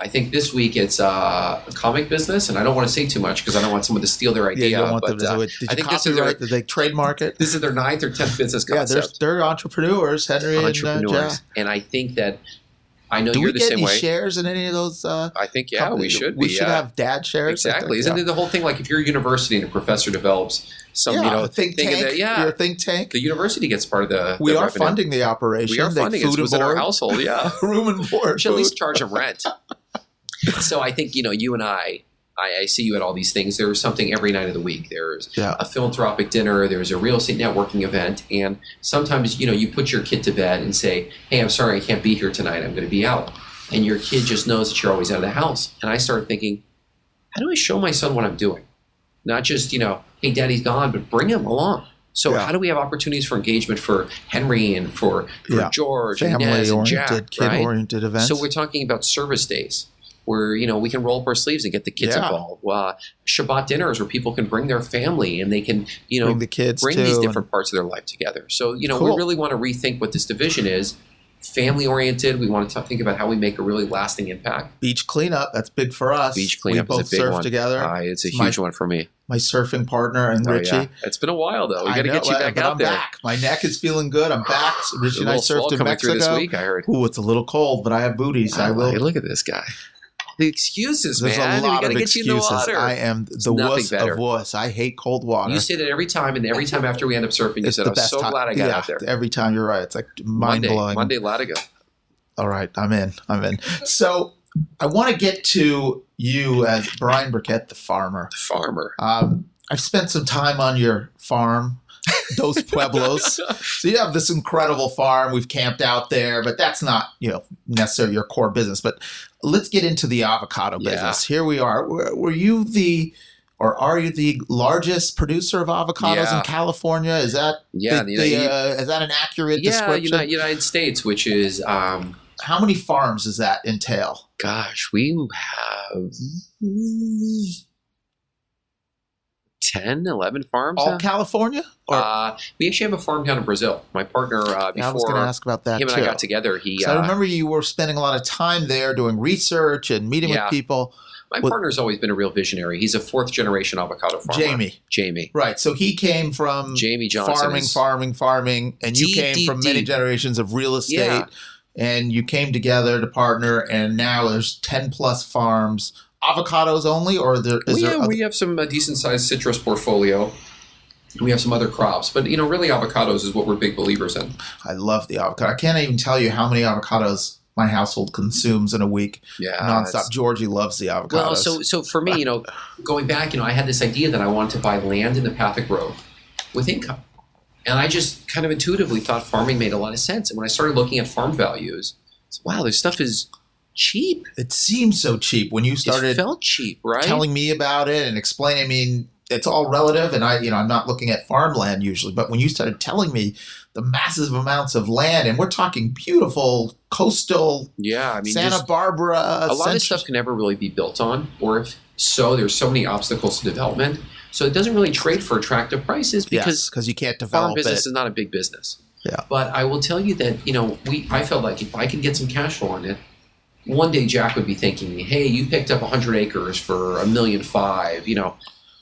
I think this week it's uh, a comic business, and I don't want to say too much because I don't want someone to steal their Yeah, idea. you don't want but, them to uh, do it. Did I you think this is their copyright? Did they trademark it? this is their ninth or tenth business Yeah, they're, concept. they're entrepreneurs, Henry and uh, entrepreneurs, Jack. and I think that I know Do you're we the get same any way. shares in any of those? Uh, I think yeah, we companies? should. We be, should yeah. have dad shares. I Exactly. think, Isn't yeah. it the whole thing? Like if you're a university and a professor develops some, yeah, you know, a think thing tank. That, yeah, You're a think tank. the university gets part of the. We the are revenue. funding the operation. We are They funding. food It's and within our board, household. Yeah, room and we board. should at food. least charge them rent. so I think you know you and I, I. I see you at all these things. There is something every night of the week. There's Yeah. a philanthropic dinner. There's a real estate networking event, and sometimes you know you put your kid to bed and say, "Hey, I'm sorry, I can't be here tonight. I'm going to be out," and your kid just knows that you're always out of the house. And I started thinking, how do I show my son what I'm doing? Not just, you know, hey, daddy's gone, but bring him along. So Yeah. how do we have opportunities for engagement for Henry and for, for Yeah. George and Inez and Jack, family-oriented, right? kid-oriented events. So we're talking about service days where, you know, we can roll up our sleeves and get the kids Yeah. involved. Uh, Shabbat dinners where people can bring their family and they can, you know, bring the kids bring too, these and- different parts of their life together. So, you know, Cool. we really want to rethink what this division is. Family oriented. We want to think about how we make a really lasting impact. beach cleanup. That's big for us. Beach we cleanup both is a big surf one. together. Uh, it's a My- huge one for me. My surfing partner and Oh, Richie. yeah. It's been a while though. We I got to know, get you but- back but out I'm there. Back. My neck is feeling good. I'm back. Richie There's a and I little fall surfed in coming Mexico. through this week. I heard. Ooh, it's a little cold, but I have booties. I will. Hey, look at this guy. The excuses, There's man. a lot we got of to get you in the excuses. water. I am the nothing wuss better. of wuss. I hate cold water. you say that every time, and every time after we end up surfing, you it's said, the "I'm best so time. glad I got yeah, out there." Every time you're right. It's like mind Monday, blowing. Monday Latigo. All right, I'm in. I'm in. So I want to get to you as Brian Burkett, the farmer. Farmer. Um, I've spent some time on your farm, Dos Pueblos. so you have this incredible farm. We've camped out there, but that's not you know necessarily your core business. But let's get into the avocado Yeah. business. Here we are. Were, were you the or are you the largest producer of avocados Yeah. in California? Is that Yeah, the, the, the, uh, is that an accurate yeah, description? United, United States, which is, um, How many farms does that entail? gosh, we have 10, 11 farms. all now? California? Or uh, we actually have a farm down in Brazil. My partner uh, Yeah, I was before going to ask about that him too. and I got together, he 'Cause uh, I remember you were spending a lot of time there doing research and meeting Yeah. with people. my Well- partner's always been a real visionary. He's a fourth generation avocado farmer. Jamie, Jamie, right? So he came from Jamie Johnson. farming, is- farming, farming, and you Deep, came deep, from many deep. generations of real estate, Yeah. and you came together to partner, and now there's ten plus farms. Avocados only, or there is we, there have, other, we have some uh, decent sized citrus portfolio. We have some other crops, but you know, really, avocados is what we're big believers in. I love the avocado. I can't even tell you how many avocados my household consumes in a week Yeah, nonstop. Georgie loves the avocados. Uh, Well, so so for me, you know, going back, you know, I had this idea that I wanted to buy land in the Pathak Road with income, and I just kind of intuitively thought farming made a lot of sense. And when I started looking at farm values, it's, wow, this stuff is cheap. it seems so cheap when you it started felt cheap, right? telling me about it and explaining. I mean, it's all relative, and I, you know, I'm not looking at farmland usually, but when you started telling me the massive amounts of land, and we're talking beautiful coastal yeah, I mean, Santa just- Barbara, a lot of this central- stuff can never really be built on, or if so, there's so many obstacles to development. So it doesn't really trade for attractive prices Yes, because you can't farm develop business is it. not a big business. Yeah. But I will tell you that you know we I felt like if I could get some cash flow on it, one day Jack would be thinking, "Hey, you picked up 100 acres for a million five. You know,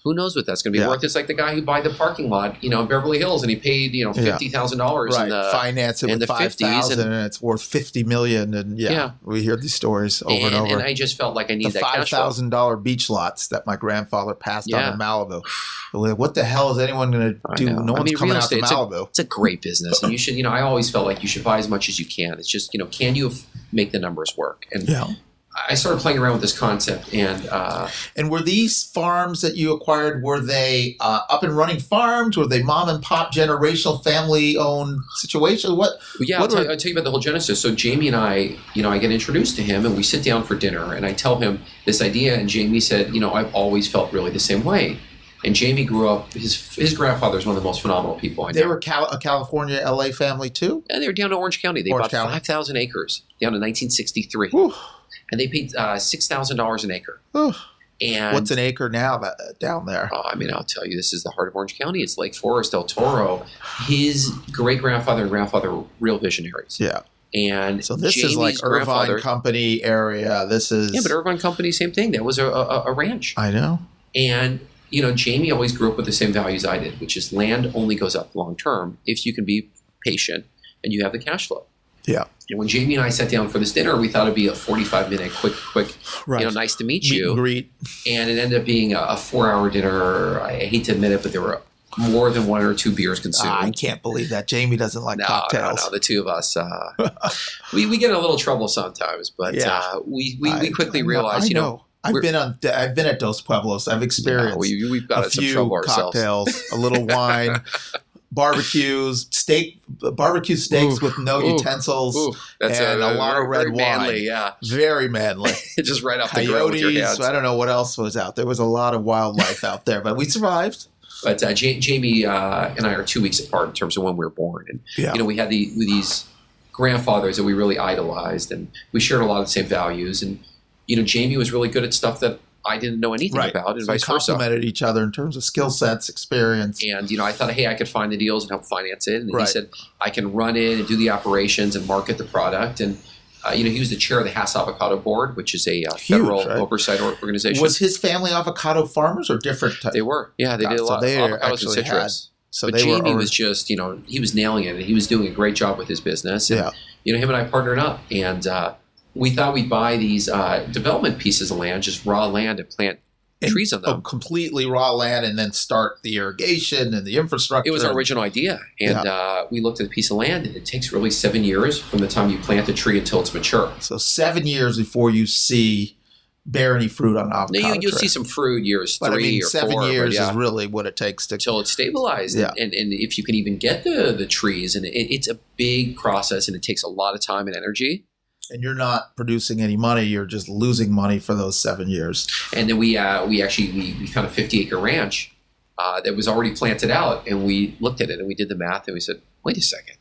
who knows what that's going to be Yeah. worth? It's like the guy who bought the parking lot, you know, in Beverly Hills, and he paid you know Yeah. fifty thousand dollars Right, in the finance it in with the 50s five thousand, and- and, it's worth fifty million. And yeah, Yeah. we hear these stories over and, over. and I just felt like I the need that five cash flow. thousand dollar beach lots that my grandfather passed on Yeah. in Malibu. What the hell is anyone going to I do? know. No I one's mean, coming real out to estate's a- Malibu. it's a great business and you should you know i always felt like you should buy as much as you can it's just you know can you f- make the numbers work and yeah, I started playing around with this concept, and uh, And were these farms that you acquired were they uh, up and running farms? Were they mom and pop generational family owned situation? What? yeah, I'll What tell, were- I'll tell you about the whole genesis. So Jamie and I, you know, I get introduced to him, and we sit down for dinner, and I tell him this idea, and Jamie said, you know, I've always felt really the same way. And Jamie grew up. His his grandfather is one of the most phenomenal people I know. They were Cal- a California LA family too. and they were down to Orange County. They Orange bought County. five thousand acres down in 1963, Whew. and they paid uh, six thousand dollars an acre. Whew. And What's an acre now that, uh, down there? Oh, I mean, I'll tell you, this is the heart of Orange County. It's Lake Forest, El Toro. His great grandfather and grandfather were real visionaries. Yeah. And So this Jamie's is like Irvine grandfather- Company area. This is. Yeah, but Irvine Company, same thing. That was a, a, a ranch. I know. And, you know, Jamie always grew up with the same values I did, which is land only goes up long term if you can be patient and you have the cash flow. Yeah. And when Jamie and I sat down for this dinner, we thought it'd be a 45 minute quick, quick, Right. you know, nice to meet Meet you. and greet. and it ended up being a, a four-hour dinner. I hate to admit it, but there were more than one or two beers consumed. Ah, I can't believe that Jamie doesn't like no, cocktails. no, no, the two of us, uh, we, we get in a little trouble sometimes, but Yeah. uh, we, we, we I- quickly I know- realized, I you know, I've we're- been on. I've been at Dos Pueblos. I've experienced. no, we, we've a got some few trouble ourselves. cocktails, a little wine, barbecues, steak, barbecue steaks Ooh, with no ooh, utensils. Ooh, that's and a lot of very- red very manly, wine. Yeah, Very manly. just right off the grill with your Coyotes. hands. I don't know what else was out. There was a lot of wildlife out there, but we survived. But uh, Ja- Jamie uh, and I are two weeks apart in terms of when we were born, and Yeah. you know, we had the, with these grandfathers that we really idolized, and we shared a lot of the same values. And you know, Jamie was really good at stuff that I didn't know anything Right. about, and we vice versa. complemented each other in terms of skill sets, experience. And you know, I thought, hey, I could find the deals and help finance it. And Right. he said, I can run it and do the operations and market the product. And uh, you know, he was the chair of the Hass Avocado Board, which is a uh, Huge, federal right? oversight or- organization. Was his family avocado farmers or different types? they were, yeah, they God, did so a lot they of avocados and actually citrus. had- So but they Jamie were. was just, you know, he was nailing it, and he was doing a great job with his business. And, Yeah. you know, him and I partnered up, and uh, we thought we'd buy these uh, development pieces of land, just raw land, and plant And- trees on them. of Oh, completely raw land and then start the irrigation and the infrastructure. it was our original idea, and uh, we looked at a piece of land, and it takes really seven years from the time you plant a tree until it's mature. So seven years before you see bear any fruit on an avocado Now you, you'll tree. see some fruit years but I three mean, or seven four, but years yeah. is really what it takes to. until it's stabilized Yeah. and, and if you can even get the, the trees and it, it's a big process and it takes a lot of time and energy And you're not producing any money; you're just losing money for those seven years. and then we uh, we actually we, we found a 50 acre ranch uh, that was already planted out and we looked at it and we did the math and we said wait a second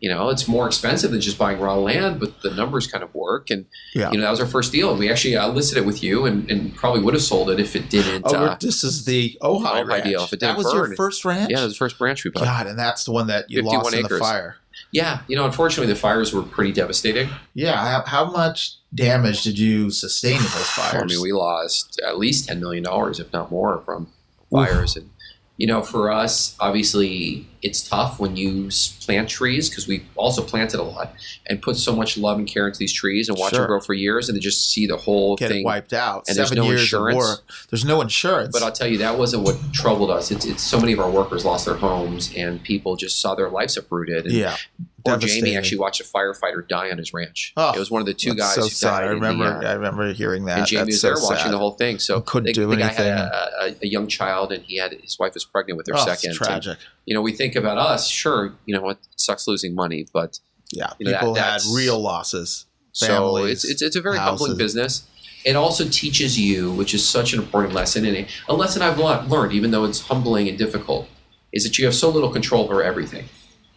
you know it's more expensive than just buying raw land but the numbers kind of work and Yeah. you know that was our first deal and we actually uh, listed it with you and, and probably would have sold it if it didn't Oh, uh, we're- this is the Ojai Ojai ranch. deal, if it that didn't was your burn. first ranch. yeah it was the first branch we bought God, and that's the one that you 51 lost in the acres. fire. yeah you know unfortunately the fires were pretty devastating Yeah, how, how much damage did you sustain in those fires? I mean, we lost at least ten million dollars, if not more, from fires. And you know, for us, obviously, it's tough when you s- plant trees because we also planted a lot and put so much love and care into these trees and watch Sure. them grow for years, and then just see the whole Get thing. it wiped out. and there's seven no years insurance. of work. There's no insurance. But uh, I'll tell you, that wasn't what troubled us. It's, it's so many of our workers lost their homes, and people just saw their lives uprooted. And yeah, poor Jamie devastating. actually watched a firefighter die on his ranch. Oh, it was one of the two That's guys. so who sad. died I in the, remember. uh, I remember hearing that. and Jamie That's was so there watching sad. the whole thing. So And couldn't the, do the guy had anything. a, a, a young child, and he had his wife was pregnant with their Oh, second. It's And, tragic. you know, we think about us. Sure, you know what sucks losing money, but Yeah, you know, that- people had that's- real losses. so Families, it's it's, it's a very houses. humbling business. It also teaches you, which is such an important lesson, and a- a lesson I've lear- learned, even though it's humbling and difficult, is that you have so little control over everything.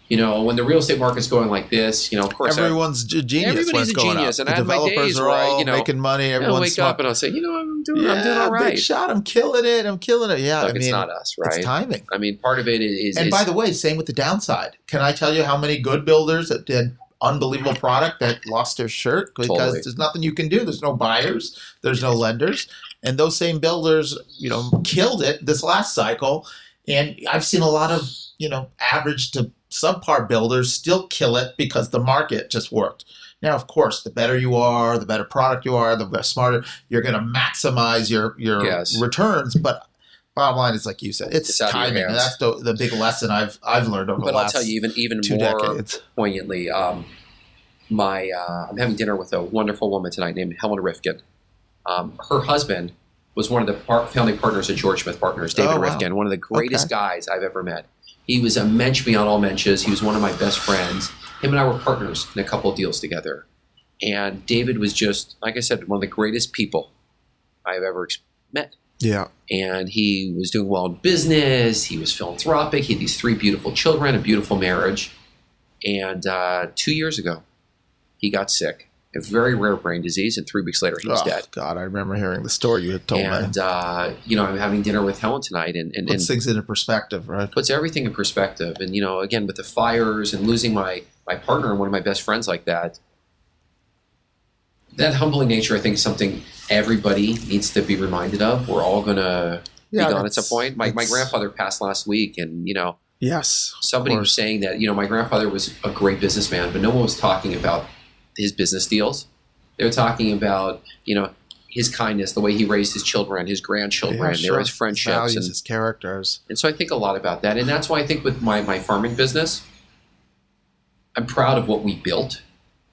You know, when the real estate market's going like this, you know, of course, I- Everyone's g- genius. when Everybody's it's a going up. genius, and the I have my developers days are where I, all you know, making money. I'll Everyone's wake smart. up and I'll say, you know, I'm doing, yeah, I'm doing all right. Big shot. I'm killing it. I'm killing it. Yeah, Look, I mean, it's not us, right? it's timing. I mean, part of it is. and is- by the way, same with the downside. Can I tell you how many good builders that did unbelievable product that lost their shirt because Totally. there's nothing you can do. There's no buyers. There's no lenders. And those same builders, you know, killed it this last cycle. And I've seen a lot of you know average to subpar builders still kill it because the market just worked. Now, of course, the better you are, the better product you are, the be- smarter you're going to maximize your your Yes. returns. But bottom line is, like you said, it's, It's out of your timing. And hands. that's the, the big lesson I've I've learned over the but I'll last tell you, even even two more decades. poignantly, um, my uh, I'm having dinner with a wonderful woman tonight named Helen Rifkin. Um, her husband was one of the par- founding partners of George Smith Partners, David Oh, wow. Rifkin, one of the greatest Okay. guys I've ever met. He was a mensch beyond all mensches. He was one of my best friends. Him and I were partners in a couple of deals together. And David was just, like I said, one of the greatest people I've ever ex- met Yeah. and he was doing well in business. He was philanthropic. He had these three beautiful children, a beautiful marriage. And uh, two years ago, he got sick, a very rare brain disease, and three weeks later, he was Oh, dead. God, I remember hearing the story you had told me. And uh, you know, I'm having dinner with Helen tonight, and and, and Puts things into perspective, right? puts everything in perspective. And you know, again, with the fires and losing my my partner and one of my best friends like that, that humbling nature, I think, is something everybody needs to be reminded of. We're all gonna Yeah, be gone at some it's- point. My my it's- grandfather passed last week, and you know, Yes. of somebody was course. saying that you know my grandfather was a great businessman, but no one was talking about his business deals. They were talking about you know his kindness, the way he raised his children, his grandchildren, Yeah, Oh, there sure. was friendships, Values, and his characters. and so I think a lot about that. And that's why I think with my, my farming business, I'm proud of what we built,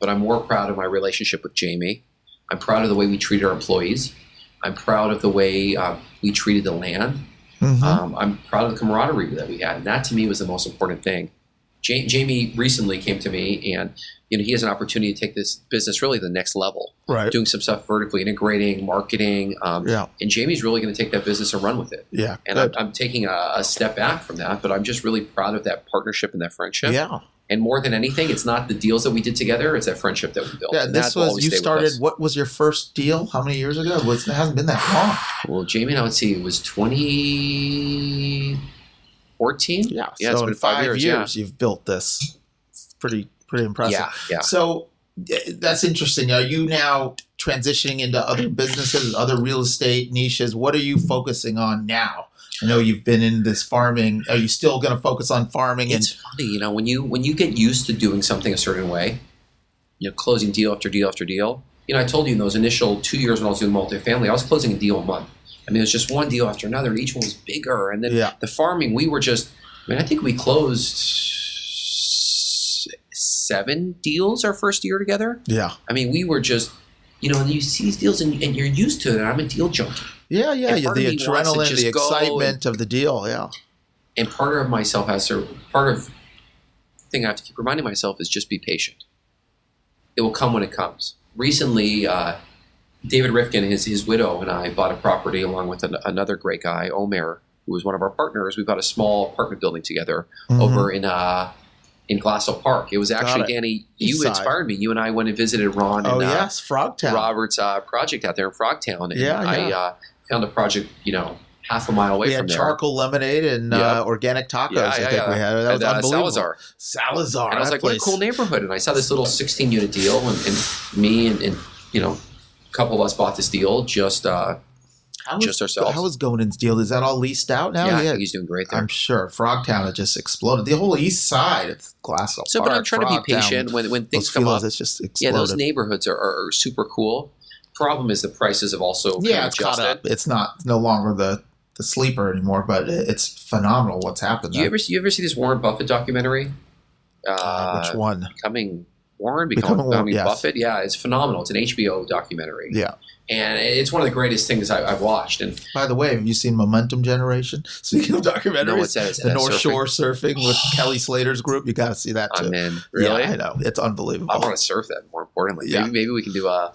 but I'm more proud of my relationship with Jamie. I'm proud of the way we treat our employees. I'm proud of the way uh, we treated the land. Mhm. Um, I'm proud of the camaraderie that we had. And that to me was the most important thing. Ja- Jamie recently came to me and you know he has an opportunity to take this business really to the next level, right. doing some stuff vertically integrating, marketing. Um, Yeah. And Jamie's really going to take that business and run with it Yeah. and I'm, good. I'm taking a, a step back from that, but I'm just really proud of that partnership and that friendship. yeah. And more than anything, it's not the deals that we did together; it's that friendship that we built. Yeah. And This that will was, always you stay with started, us. what was your first deal? How many years ago? It, was, it hasn't been that long. Well, Jamie and I would see it was 2014. Yeah. yeah, so it's in been five, five years. years, you've built this. It's pretty, pretty yeah, impressive. yeah, yeah. So th- that's interesting. Are you now transitioning into other businesses, other real estate niches? What are you focusing on now? I know you've been in this farming. Are you still going to focus on farming? And It's funny, you know, when you when you get used to doing something a certain way, you know, closing deal after deal after deal. You know, I told you in those initial two years when I was doing multifamily, I was closing a deal a month. I mean, it was just one deal after another, and each one was bigger. And then Yeah. the farming, we were just. I mean, I think we closed s- seven deals our first year together. yeah, I mean, we were just, you know, and you see these deals, and, and you're used to it. And I'm a deal junkie. yeah, yeah. And yeah part the of me wants to adrenaline, just the go excitement of the deal. Yeah, and part of myself has to part of the thing I have to keep reminding myself is just be patient. It will come when it comes. Recently, uh, David Rifkin, his his widow, and I bought a property along with an, another great guy, Omer, who was one of our partners. We bought a small apartment building together Mm-hmm. over in uh, in Glassell Park. It was actually it. Danny. You East side. inspired me. You and I went and visited Ron. Oh and, uh, yes, Frogtown. Robert's uh, project out there in Frogtown. And Yeah, I yeah. uh, found a project, you know, half a mile away we from had there. charcoal lemonade and Yeah. uh, organic tacos. Yeah, I yeah, think yeah. we had that was And, uh, unbelievable. Salazar. Salazar. And I was that like, place. what a cool neighborhood. And I saw this little 16 unit deal, and, and me and, and, you know, a couple of us bought this deal just, uh, How was- just ourselves. How was Gonin's deal? Is that all leased out now? yeah, I think he's doing great there. I'm sure Frogtown had just exploded. The whole east side of Glassell. so, but I'm Park, trying to be Frogtown, patient when, when Those things come fields, up. It's just Yeah, exploded. those neighborhoods are, are, are super cool. Problem is the prices have also Yeah, kind of it's caught adjusted. up. It's not it's no longer the the sleeper anymore, but it- it's phenomenal what's happened. Do you there. ever see, you ever see this Warren Buffett documentary? Uh, Uh, Which one? Becoming Warren, becoming, Becoming Warren, becoming, yes. Buffett. Yeah, it's phenomenal. It's an HBO documentary, Yeah. and it's one of the greatest things I, I've watched. And By the way, have you seen Momentum Generation? Speaking of documentaries, no, it's that, it's the that North surfing. Shore surfing with Kelly Slater's group. You got to see that too. I'm in. Really? Yeah, I know. It's unbelievable. I want to surf that more importantly. Yeah. Maybe, maybe we can do a. a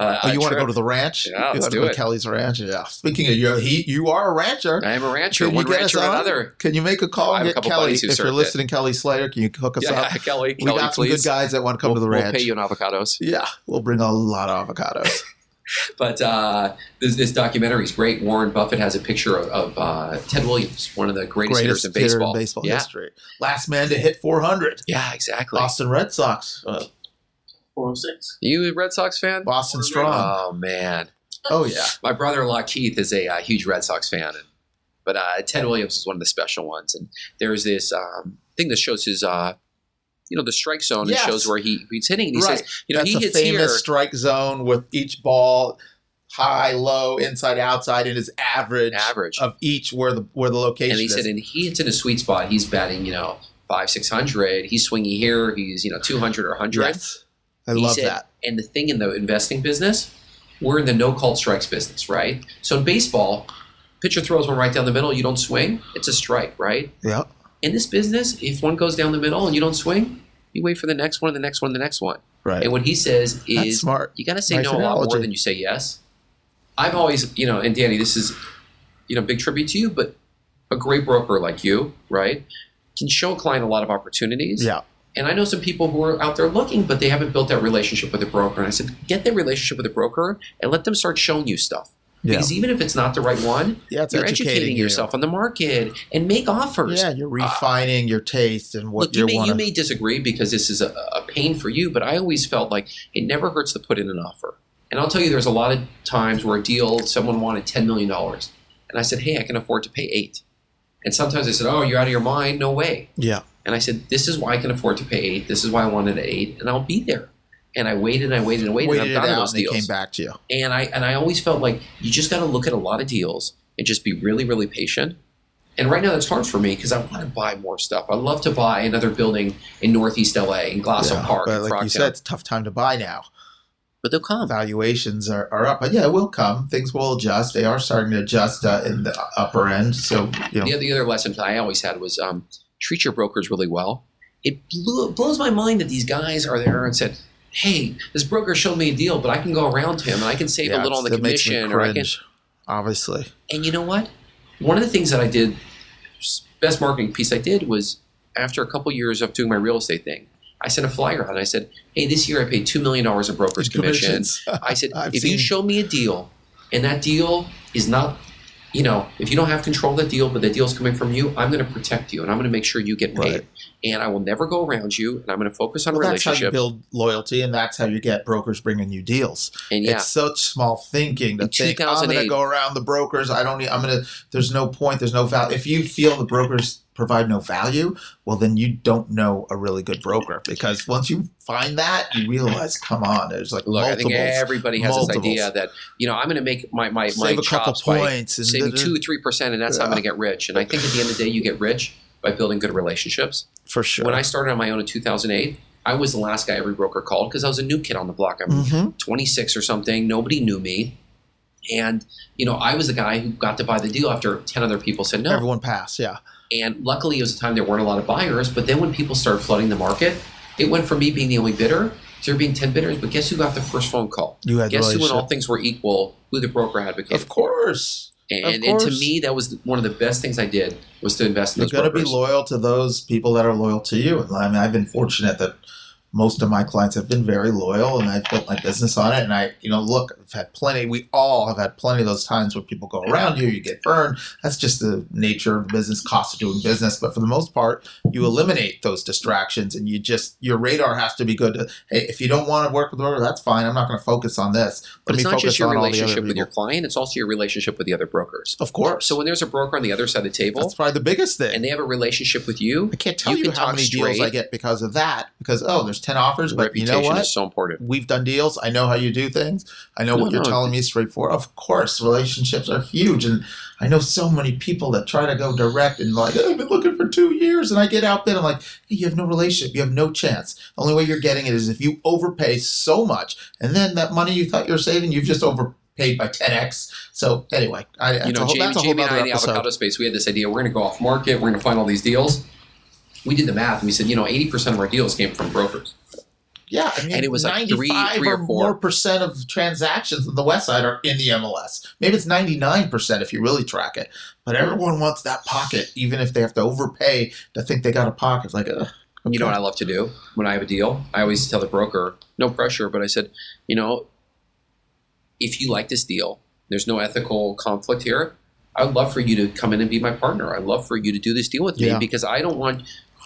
oh, a you want to trip. go to the ranch? Yeah, you let's wanna do go to it. Kelly's ranch? Yeah. Speaking of you, he, you are a rancher. I am a rancher. Can you One get us rancher or on? another. Can you make a call I and have a get couple Kelly? buddies who If you're surfed it. listening, Kelly Slater, can you hook us Yeah, up? yeah, Kelly. we Kelly, got some please. good guys that want to come we'll, to the ranch. We'll pay you in avocados. Yeah, we'll bring a lot of avocados. But uh, this, this documentary is great. Warren Buffett has a picture of, of uh, Ted Williams, one of the greatest, hitters in hitter baseball. in baseball yeah. history. Last man to hit 400. yeah, exactly. Boston Red Sox. Uh, 406. You a Red Sox fan? Boston Strong. Oh man, Oh yeah. my brother-in-law Keith is a uh, huge Red Sox fan, and, but uh, Ted Williams is one of the special ones. And there's this um, thing that shows his, uh, you know, the strike zone. Yes. and shows where he he's hitting. And he Right. says, you know, That's he a hits famous here. strike zone with each ball high, low, inside, outside, and his average, Average. of each where the where the location and he is. said, and he hits in a sweet spot. He's batting, you know, five, six hundred. He's swinging here. He's you know two hundred or hundred. Yes. I He love said- that. And the thing in the investing business, we're in the no called strikes business, right? So in baseball, pitcher throws one right down the middle. You don't swing. It's a strike, right? Yep. In this business, if one goes down the middle and you don't swing, you wait for the next one, the next one, the next one. Right. And what he says is, That's smart. You got to say Nice no a lot analogy. more than you say yes. I've always, you know, and Danny, this is, you know, big tribute to you, but a great broker like you, right, can show a client a lot of opportunities. yeah. And I know some people who are out there looking, but they haven't built that relationship with a broker. And I said, get that relationship with a broker and let them start showing you stuff. Yeah. Because even if it's not the right one, Yeah, it's you're educating educating, you. yourself on the market and make offers. Yeah, you're refining your taste and what Uh, Look, you may, want you may disagree because this is a, a pain for you, but I always felt like it never hurts to put in an offer. And I'll tell you, there's a lot of times where a deal, someone wanted $10 million. And I said, hey, I can afford to pay eight. And sometimes they said, oh, you're out of your mind. No way. Yeah. And I said, this is why I can afford to pay eight. This is why I wanted an eight, and I'll be there. And I waited and I waited and waited. Waited and it I've gotten out those and they came deals. back to you. And I and I always felt like you just got to look at a lot of deals and just be really really patient. And right now that's hard for me because I want to buy more stuff. I love to buy another building in Northeast LA in Glassell Yeah, Park, but in like you Frogtown. said, it's a tough time to buy now. but they'll come. Valuations are, are up, but yeah, it will come. Things will adjust. They are starting to adjust uh, in the upper end. So you know, The other, the other lesson I always had was um, treat your brokers really well. It blew, blows my mind that these guys are there and said, "Hey, this broker showed me a deal, but I can go around him and I can save yeah, a little on the it makes me commission, or I can." cringe, Obviously, And you know what? One of the things that I did, best marketing piece I did was after a couple years of doing my real estate thing, I sent a flyer out and I said, "Hey, this year I paid two million dollars in broker's commissions." I said, I've "If seen- you show me a deal, and that deal is not, you know, if you don't have control of that deal, but the deal's coming from you, I'm going to protect you and I'm going to make sure you get paid, Right. and I will never go around you, and I'm going to focus on Well, that's how you relationship." build loyalty, and that's how you get brokers bringing you deals. And yeah, It's such small thinking to In think I'm going to 2008 go around the brokers. I don't. Need, I'm going to. There's no point. There's no value. If you feel the brokers provide no value, well, then you don't know a really good broker because once you find that, you realize, come on, there's like look, multiples. I think everybody has multiples. this idea that you know I'm going to make my my Save a my couple chops by points and saving da-da. two three percent, and that's how I'm Yeah. going to get rich. And I think at the end of the day, you get rich by building good relationships. for sure. When I started on my own in 2008, I was the last guy every broker called because I was a new kid on the block. I'm Mhm. 26 or something. Nobody knew me, and you know I was the guy who got to buy the deal after 10 other people said no. Everyone passed. Yeah. And luckily, it was a time there weren't a lot of buyers. But then when people started flooding the market, it went from me being the only bidder to there being 10 bidders. But guess who got the first phone call? You had guess who, when relationship. all things were equal, who the broker advocated Of course. And, of and to course. me, that was one of the best things I did was to invest in You're those going to be brokers. loyal to those people that are loyal to you. And I mean, I've been fortunate that most of my clients have been very loyal and I've built my business on it. And I, you know, look, I've had plenty, we all have had plenty of those times where people go around you, you get burned. That's just the nature of the business, cost of doing business. But for the most part, you eliminate those distractions and you just, your radar has to be good. To, hey, if you don't want to work with order, that's fine. I'm not going to focus on this. but Let it's me not focus just your on all the other relationship with people. your client; it's also your relationship with the other brokers. Of course. So when there's a broker on the other side of the table that's probably the biggest thing. and they have a relationship with you, I can't tell You you, can how talk many deals straight. I get because of that. Because oh, there's ten offers, but you reputation know what? is so important. We've done deals. I know how you do things. I know No, what you're no, telling me is straightforward. Of course, relationships are huge, and I know so many people that try to go direct and like I've been looking for two years and I get outbid. I'm like, hey, you have no relationship. You have no chance. The only way you're getting it is if you overpay so much, and then that money you thought you were saving, you've just overpaid by 10x. So anyway, I, that's, you a know, whole, Jamie, that's a whole Jamie and nother I in the episode. avocado space, we had this idea: we're going to go off market, we're going to find all these deals. We did the math, and we said, you know, eighty percent of our deals came from brokers. Yeah, I mean, And it was 95 like three- three or, or four. more percent of transactions on the West Side are in the MLS. Maybe it's 99% if you really track it. But everyone wants that pocket, even if they have to overpay to think they got a pocket. It's like, ugh, You know what okay. I love to do when I have a deal? I always tell the broker, no pressure, but I said, you know, if you like this deal, there's no ethical conflict here. I would love for you to come in and be my partner. I'd love for you to do this deal with me Yeah. because I don't want,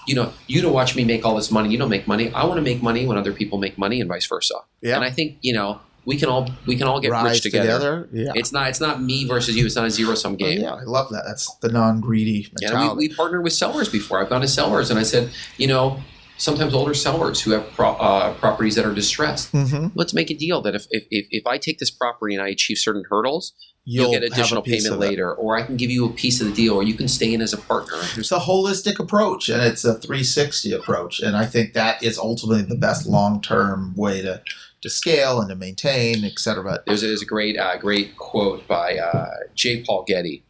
you know, you to watch me make all this money. You don't make money. I want to make money when other people make money and vice versa. Yeah. And I think, you know, we can all we can all get rise rich together. together. Yeah. It's not it's not me versus you. It's not a zero sum Oh, game. yeah, I love that. That's the non greedy mentality. And we, we partnered with sellers before. I've gone to sellers and I said, you know, sometimes older sellers who have pro- uh, properties that are distressed, hmm let's make a deal that if, if, if, if I take this property and I achieve certain hurdles, You'll, have get a additional piece payment of it. later, or I can give you a piece of the deal, or you can stay in as a partner. There's It's a holistic approach and it's a 360 approach. And I think that is ultimately the best long term way to, to scale and to maintain, et cetera. there's a, there's a great uh, great quote by uh, J. Paul Getty,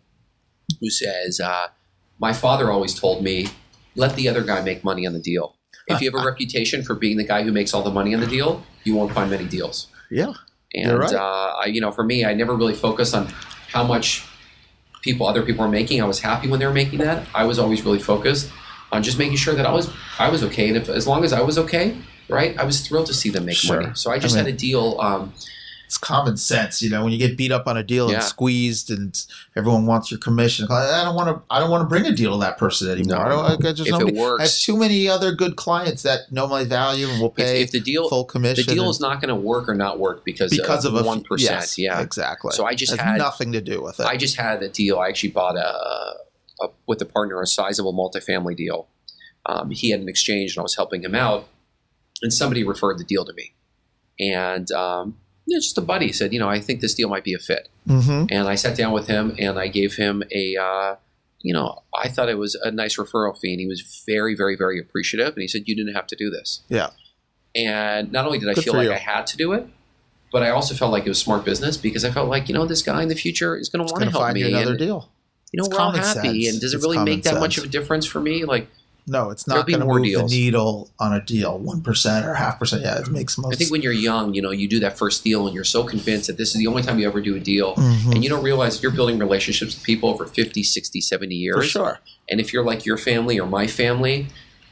who says, uh, "My father always told me, let the other guy make money on the deal. If you have a reputation for being the guy who makes all the money on the deal, you won't find many deals." Yeah. and You're right. uh, I, you know, for me, I never really focused on how much people other people were making. I was happy when they were making that. I was always really focused on just making sure that I was I was okay, and if as long as I was okay. Right, I was thrilled to see them make Sure. money. So I just mean- had a deal. Um, It's common sense, you know, when you get beat up on a deal Yeah. and squeezed and everyone wants your commission. I don't want to I don't want to bring a deal to that person anymore. No. I don't I got- if there's nobody- it I have works, too many other good clients that know my value and will if, pay if the deal full the commission. deal and- is not going to work or not work because because of a one few- yes, percent. Yeah, exactly. So I just Has had- nothing to do with it. I just had a deal. I actually bought a, a with a partner a sizable multifamily deal. Um, he had an exchange, and I was helping him out, and somebody referred the deal to me, and um, yeah, just a buddy said, you know, I think this deal might be a fit, Mhm. and I sat down with him and I gave him a. Uh, you know, I thought it was a nice referral fee, and he was very, very, very appreciative. And he said, "You didn't have to do this." Yeah. And not only did I Good feel for like you. I had to do it, but I also felt like it was smart business because I felt like you know this guy in the future is going to It's want going to to help find me. you another and, deal. you know, It's we're all common happy, sense. and does it It's really common make that much of sense. a difference for me? Like, No, it's There'll not be going to more move deals. the needle on a deal. One percent or half percent. Yeah, it makes most. I think when you're young, you know, you do that first deal, and you're so convinced that this is the only time you ever do a deal, Mhm. and you don't realize you're building relationships with people over 50, 60, 70 years. for sure. And if you're like your family or my family,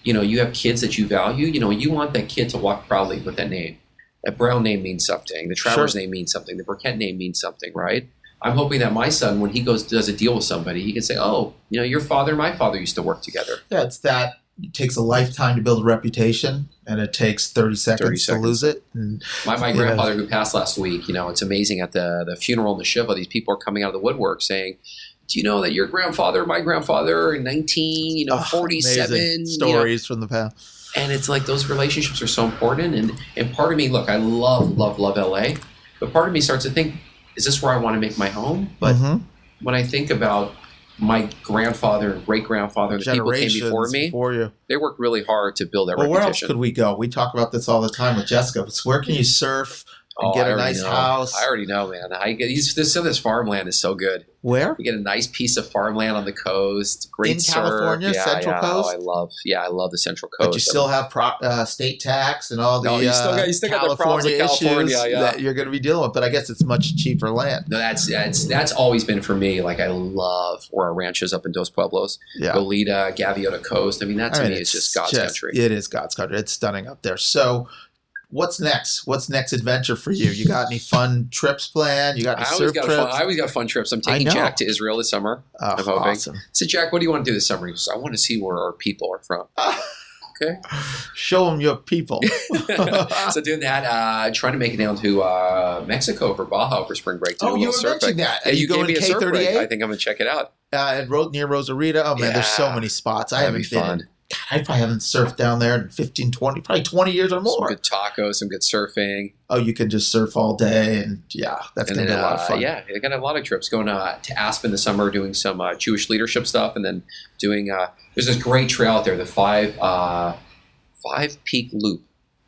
you know, you have kids that you value, you know, you want that kid to walk proudly with that name. That Brown name means something. The Travers Sure. name means something. The Burkett name means something, right? I'm hoping that my son, when he goes does a deal with somebody, he can say, "Oh, you know, your father and my father used to work together." Yeah, it's that. It takes a lifetime to build a reputation, and it takes thirty seconds, 30 to lose it. And My, my Yeah. grandfather who passed last week, you know, it's amazing at the, the funeral in the Shiva, these people are coming out of the woodwork saying, do you know that your grandfather, my grandfather, in 19, you know, Ugh, 47, amazing you know, stories from the past. and it's like those relationships are so important. And, and part of me, look, I love, love, love LA, but part of me starts to think, is this where I want to make my home? But Mhm. when I think about my grandfather and great grandfather and the people who came generations before me, you. they worked really hard to build that Well, where else reputation. could we go? We talk about this all the time with Jessica. It's where can you surf and Oh, get I a already nice know. house? I already know, man. I get, these- this, some of this farmland is so good. where? We get a nice piece of farmland on the coast. Great In surf. California, yeah, Central yeah. coast? Oh, I love. Yeah, I love the Central coast. But you still have pro- uh, state tax and all the No, you still uh, got- you still got the problems California with issues California, yeah. that you're going to be dealing with. But I guess it's much cheaper land. no, that's that's that's always been for me. Like I love where our ranches up in Dos Pueblos, Yeah. Goleta, Gaviota Coast. I mean, that to I mean, me is it's just God's country. It is God's country. It's stunning up there. So, what's next? What's next adventure for you? You got any fun trips planned? You got any I always surf got trips? fun, I always got fun trips. I'm I taking know. Jack to Israel this summer. Oh, I'm hoping. awesome. I said, Jack, what do you want to do this summer? He says, I want to see where our people are from. Okay. Show them your people. so doing that, uh, trying to make it down to uh, Mexico for Baja for spring break. To do oh, a you little were surfing. mentioning that. Yeah, Are you, you gave going me to a surf break. I K38 think I'm gonna check it out. uh, and road near Rosarita? Oh man, there's so Yeah. many spots. I That'd haven't be been. fun. God, I probably haven't surfed down there in 15, 20, probably 20 years or Some more. good tacos, some good surfing, oh, you can just surf all day, and yeah, that's and gonna then be a lot of uh, fun. yeah, they got a lot of trips going uh, to Aspen this summer, doing some uh, Jewish leadership stuff, and then doing uh, there's this great trail out there, the five uh, five peak loop.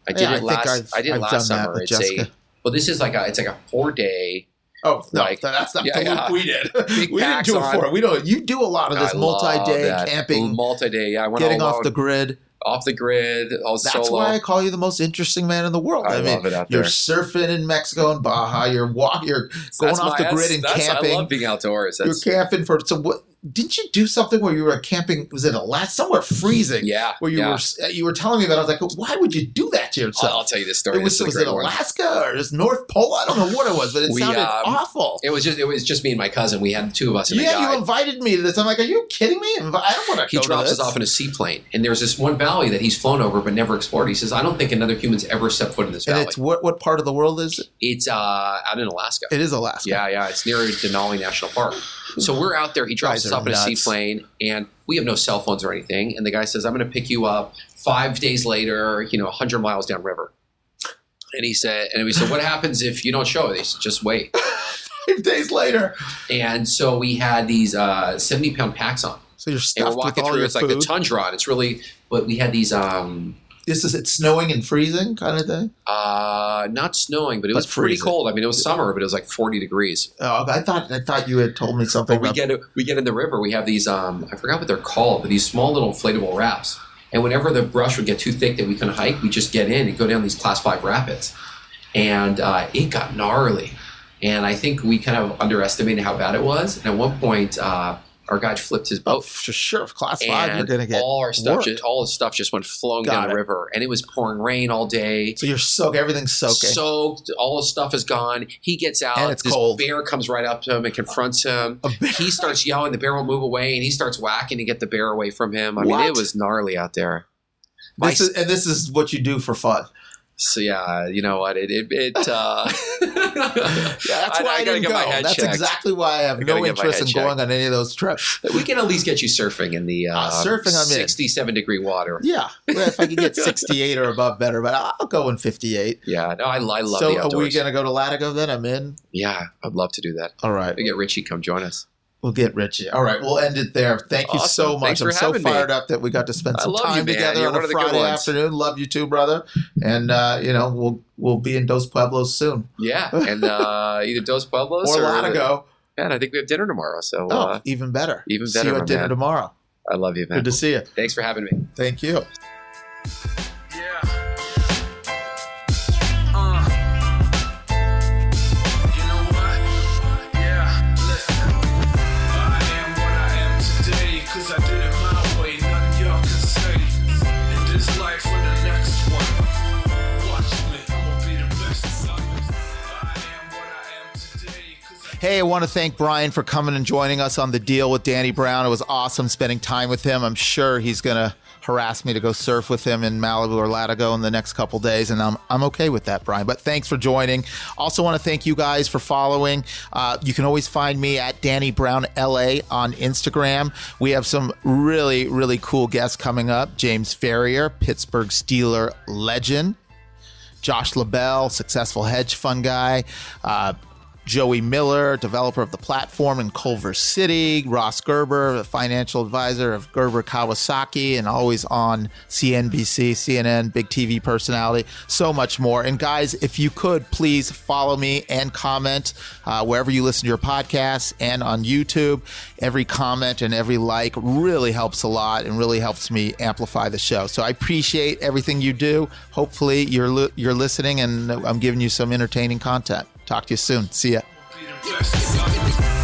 I did Yeah, it think last. I've- I did it I've last done that summer. with It's Jessica. a well, this is like a it's like a four day. Oh no, Like- that's not Yeah, the loop yeah. we did. Big we didn't packs do it on. for. We don't. You do a lot of this I love multi-day that. camping, multi-day. Yeah, I went getting all off alone, the grid. off the grid, all That's solo. why I call you the most interesting man in the world. I, I mean, love it out you're there. surfing in Mexico and Baja. You're walk. You're going That's off my- the grid that's- and that's- I camping. love being outdoors. You're That's, camping for so what? Didn't you do something where you were camping? Was it a last somewhere freezing? yeah, Where you yeah. were uh, you were telling me about? it. I was like, why would you do that to I'll, I'll yourself? tell you this story. it was This is a was great it one. Alaska or just North Pole? I don't know what it was, but it We, sounded um, awful. It was just it was just me and my cousin. We had the two of us and a Yeah, guy. you invited me to this. I'm like, are you kidding me? Invi- I don't want to. he drops us off in a seaplane, and there's this one valley that he's flown over but never explored. He says, "I don't think another human's ever stepped foot in this And valley." it's It's, what what part of the world is it? uh, out in Alaska. It is Alaska. Yeah, yeah, it's near Denali National Park. So we're out there. He drops Guys us are off in a nuts. seaplane, and we have no cell phones or anything. And the guy says, "I'm going to pick you up five days later, you know, 100 miles downriver." And he said, "And we said, what happens if you don't show it?" He said, "Just wait." five days later. And so we had these uh, 70 pound packs on. So you're And we're stuffed with walking all through, your it's food. like the tundra. And it's really, but we had these, um, this is it snowing and freezing kind of thing. uh, not snowing, but it But was pretty freezing. cold. I mean, it was summer, but it was like 40 degrees. Oh, I thought I thought you had told me something. But we about- get we get in the river. We have these um, I forgot what they're called, but these small little inflatable rafts. And whenever the brush would get too thick that we couldn't hike, we just get in and go down these class five rapids. And uh, it got gnarly. And I think we kind of underestimated how bad it was. And at one point, uh, our guide flipped his oh, boat. for sure. Class five, And you're gonna get. all our stuff, worked. just, all the stuff just went flowing Got down it. the river, and it was pouring rain all day. so you're soaked. Everything's soaking. Soaked, all his stuff is gone. He gets out. And it's this cold. bear comes right up to him and confronts him A bear- he starts yelling, the bear won't move away, and he starts whacking to get the bear away from him. I mean, What? it was gnarly out there. My this is, and this is what you do for fun. So yeah, you know what? It it, it uh, Yeah, that's I- why I, I gotta didn't get go. my head That's checked. exactly why I have I gotta no get my interest in head going on any of those trips. we can at least get you surfing in the uh, Uh, surfing I'm in. sixty-seven degree water. Yeah, well, if I could get 68 or above, better. But I'll go in 58. Yeah, no, I, I so love the are we outdoors. gonna go to Latigo then? I'm in. yeah, I'd love to do that. All right, We get Richie, come join us. we'll get Richie. All right, we'll end it there. Thank you Awesome. so much. Thanks for I'm so having me. fired up that we got to spend I some love you, time man. together You're on one a of the good Friday ones. afternoon. Love you too, brother. And uh, you know we'll we'll be in Dos Pueblos soon Yeah, and uh, either Dos Pueblos or Latigo. And I think we have dinner tomorrow. So Oh, uh, even better. even See better, you my at dinner man. tomorrow. I love you, man. Good to see you. Thanks for having me. Thank you. Yeah. Uh. You know what? Yeah, listen. I am what I am today, cause I did it my way, nothing y'all can say. In this life or the next one. Watch me, I'ma be the best as I am. I am what I am today, cause I Hey, I want to thank Brian for coming and joining us on the deal with Danny Brown. It was awesome spending time with him. I'm sure he's going to harass me to go surf with him in Malibu or Latigo in the next couple days, and I'm, I'm okay with that, Brian. But thanks for joining. Also, want to thank you guys for following. Uh, you can always find me at Danny Brown LA on Instagram. We have some really, really cool guests coming up James Ferrier, Pittsburgh Steeler legend. Josh LaBelle, successful hedge fund guy. Uh, Joey Miller, developer of the platform in Culver City. Ross Gerber, the financial advisor of Gerber Kawasaki and always on CNBC, CNN, big TV personality. So much more. And guys, if you could, please follow me and comment uh, wherever you listen to your podcasts and on YouTube. Every comment and every like really helps a lot and really helps me amplify the show. So I appreciate everything you do. Hopefully you're li- you're listening and I'm giving you some entertaining content. Talk to you soon. See ya. be the best as I am.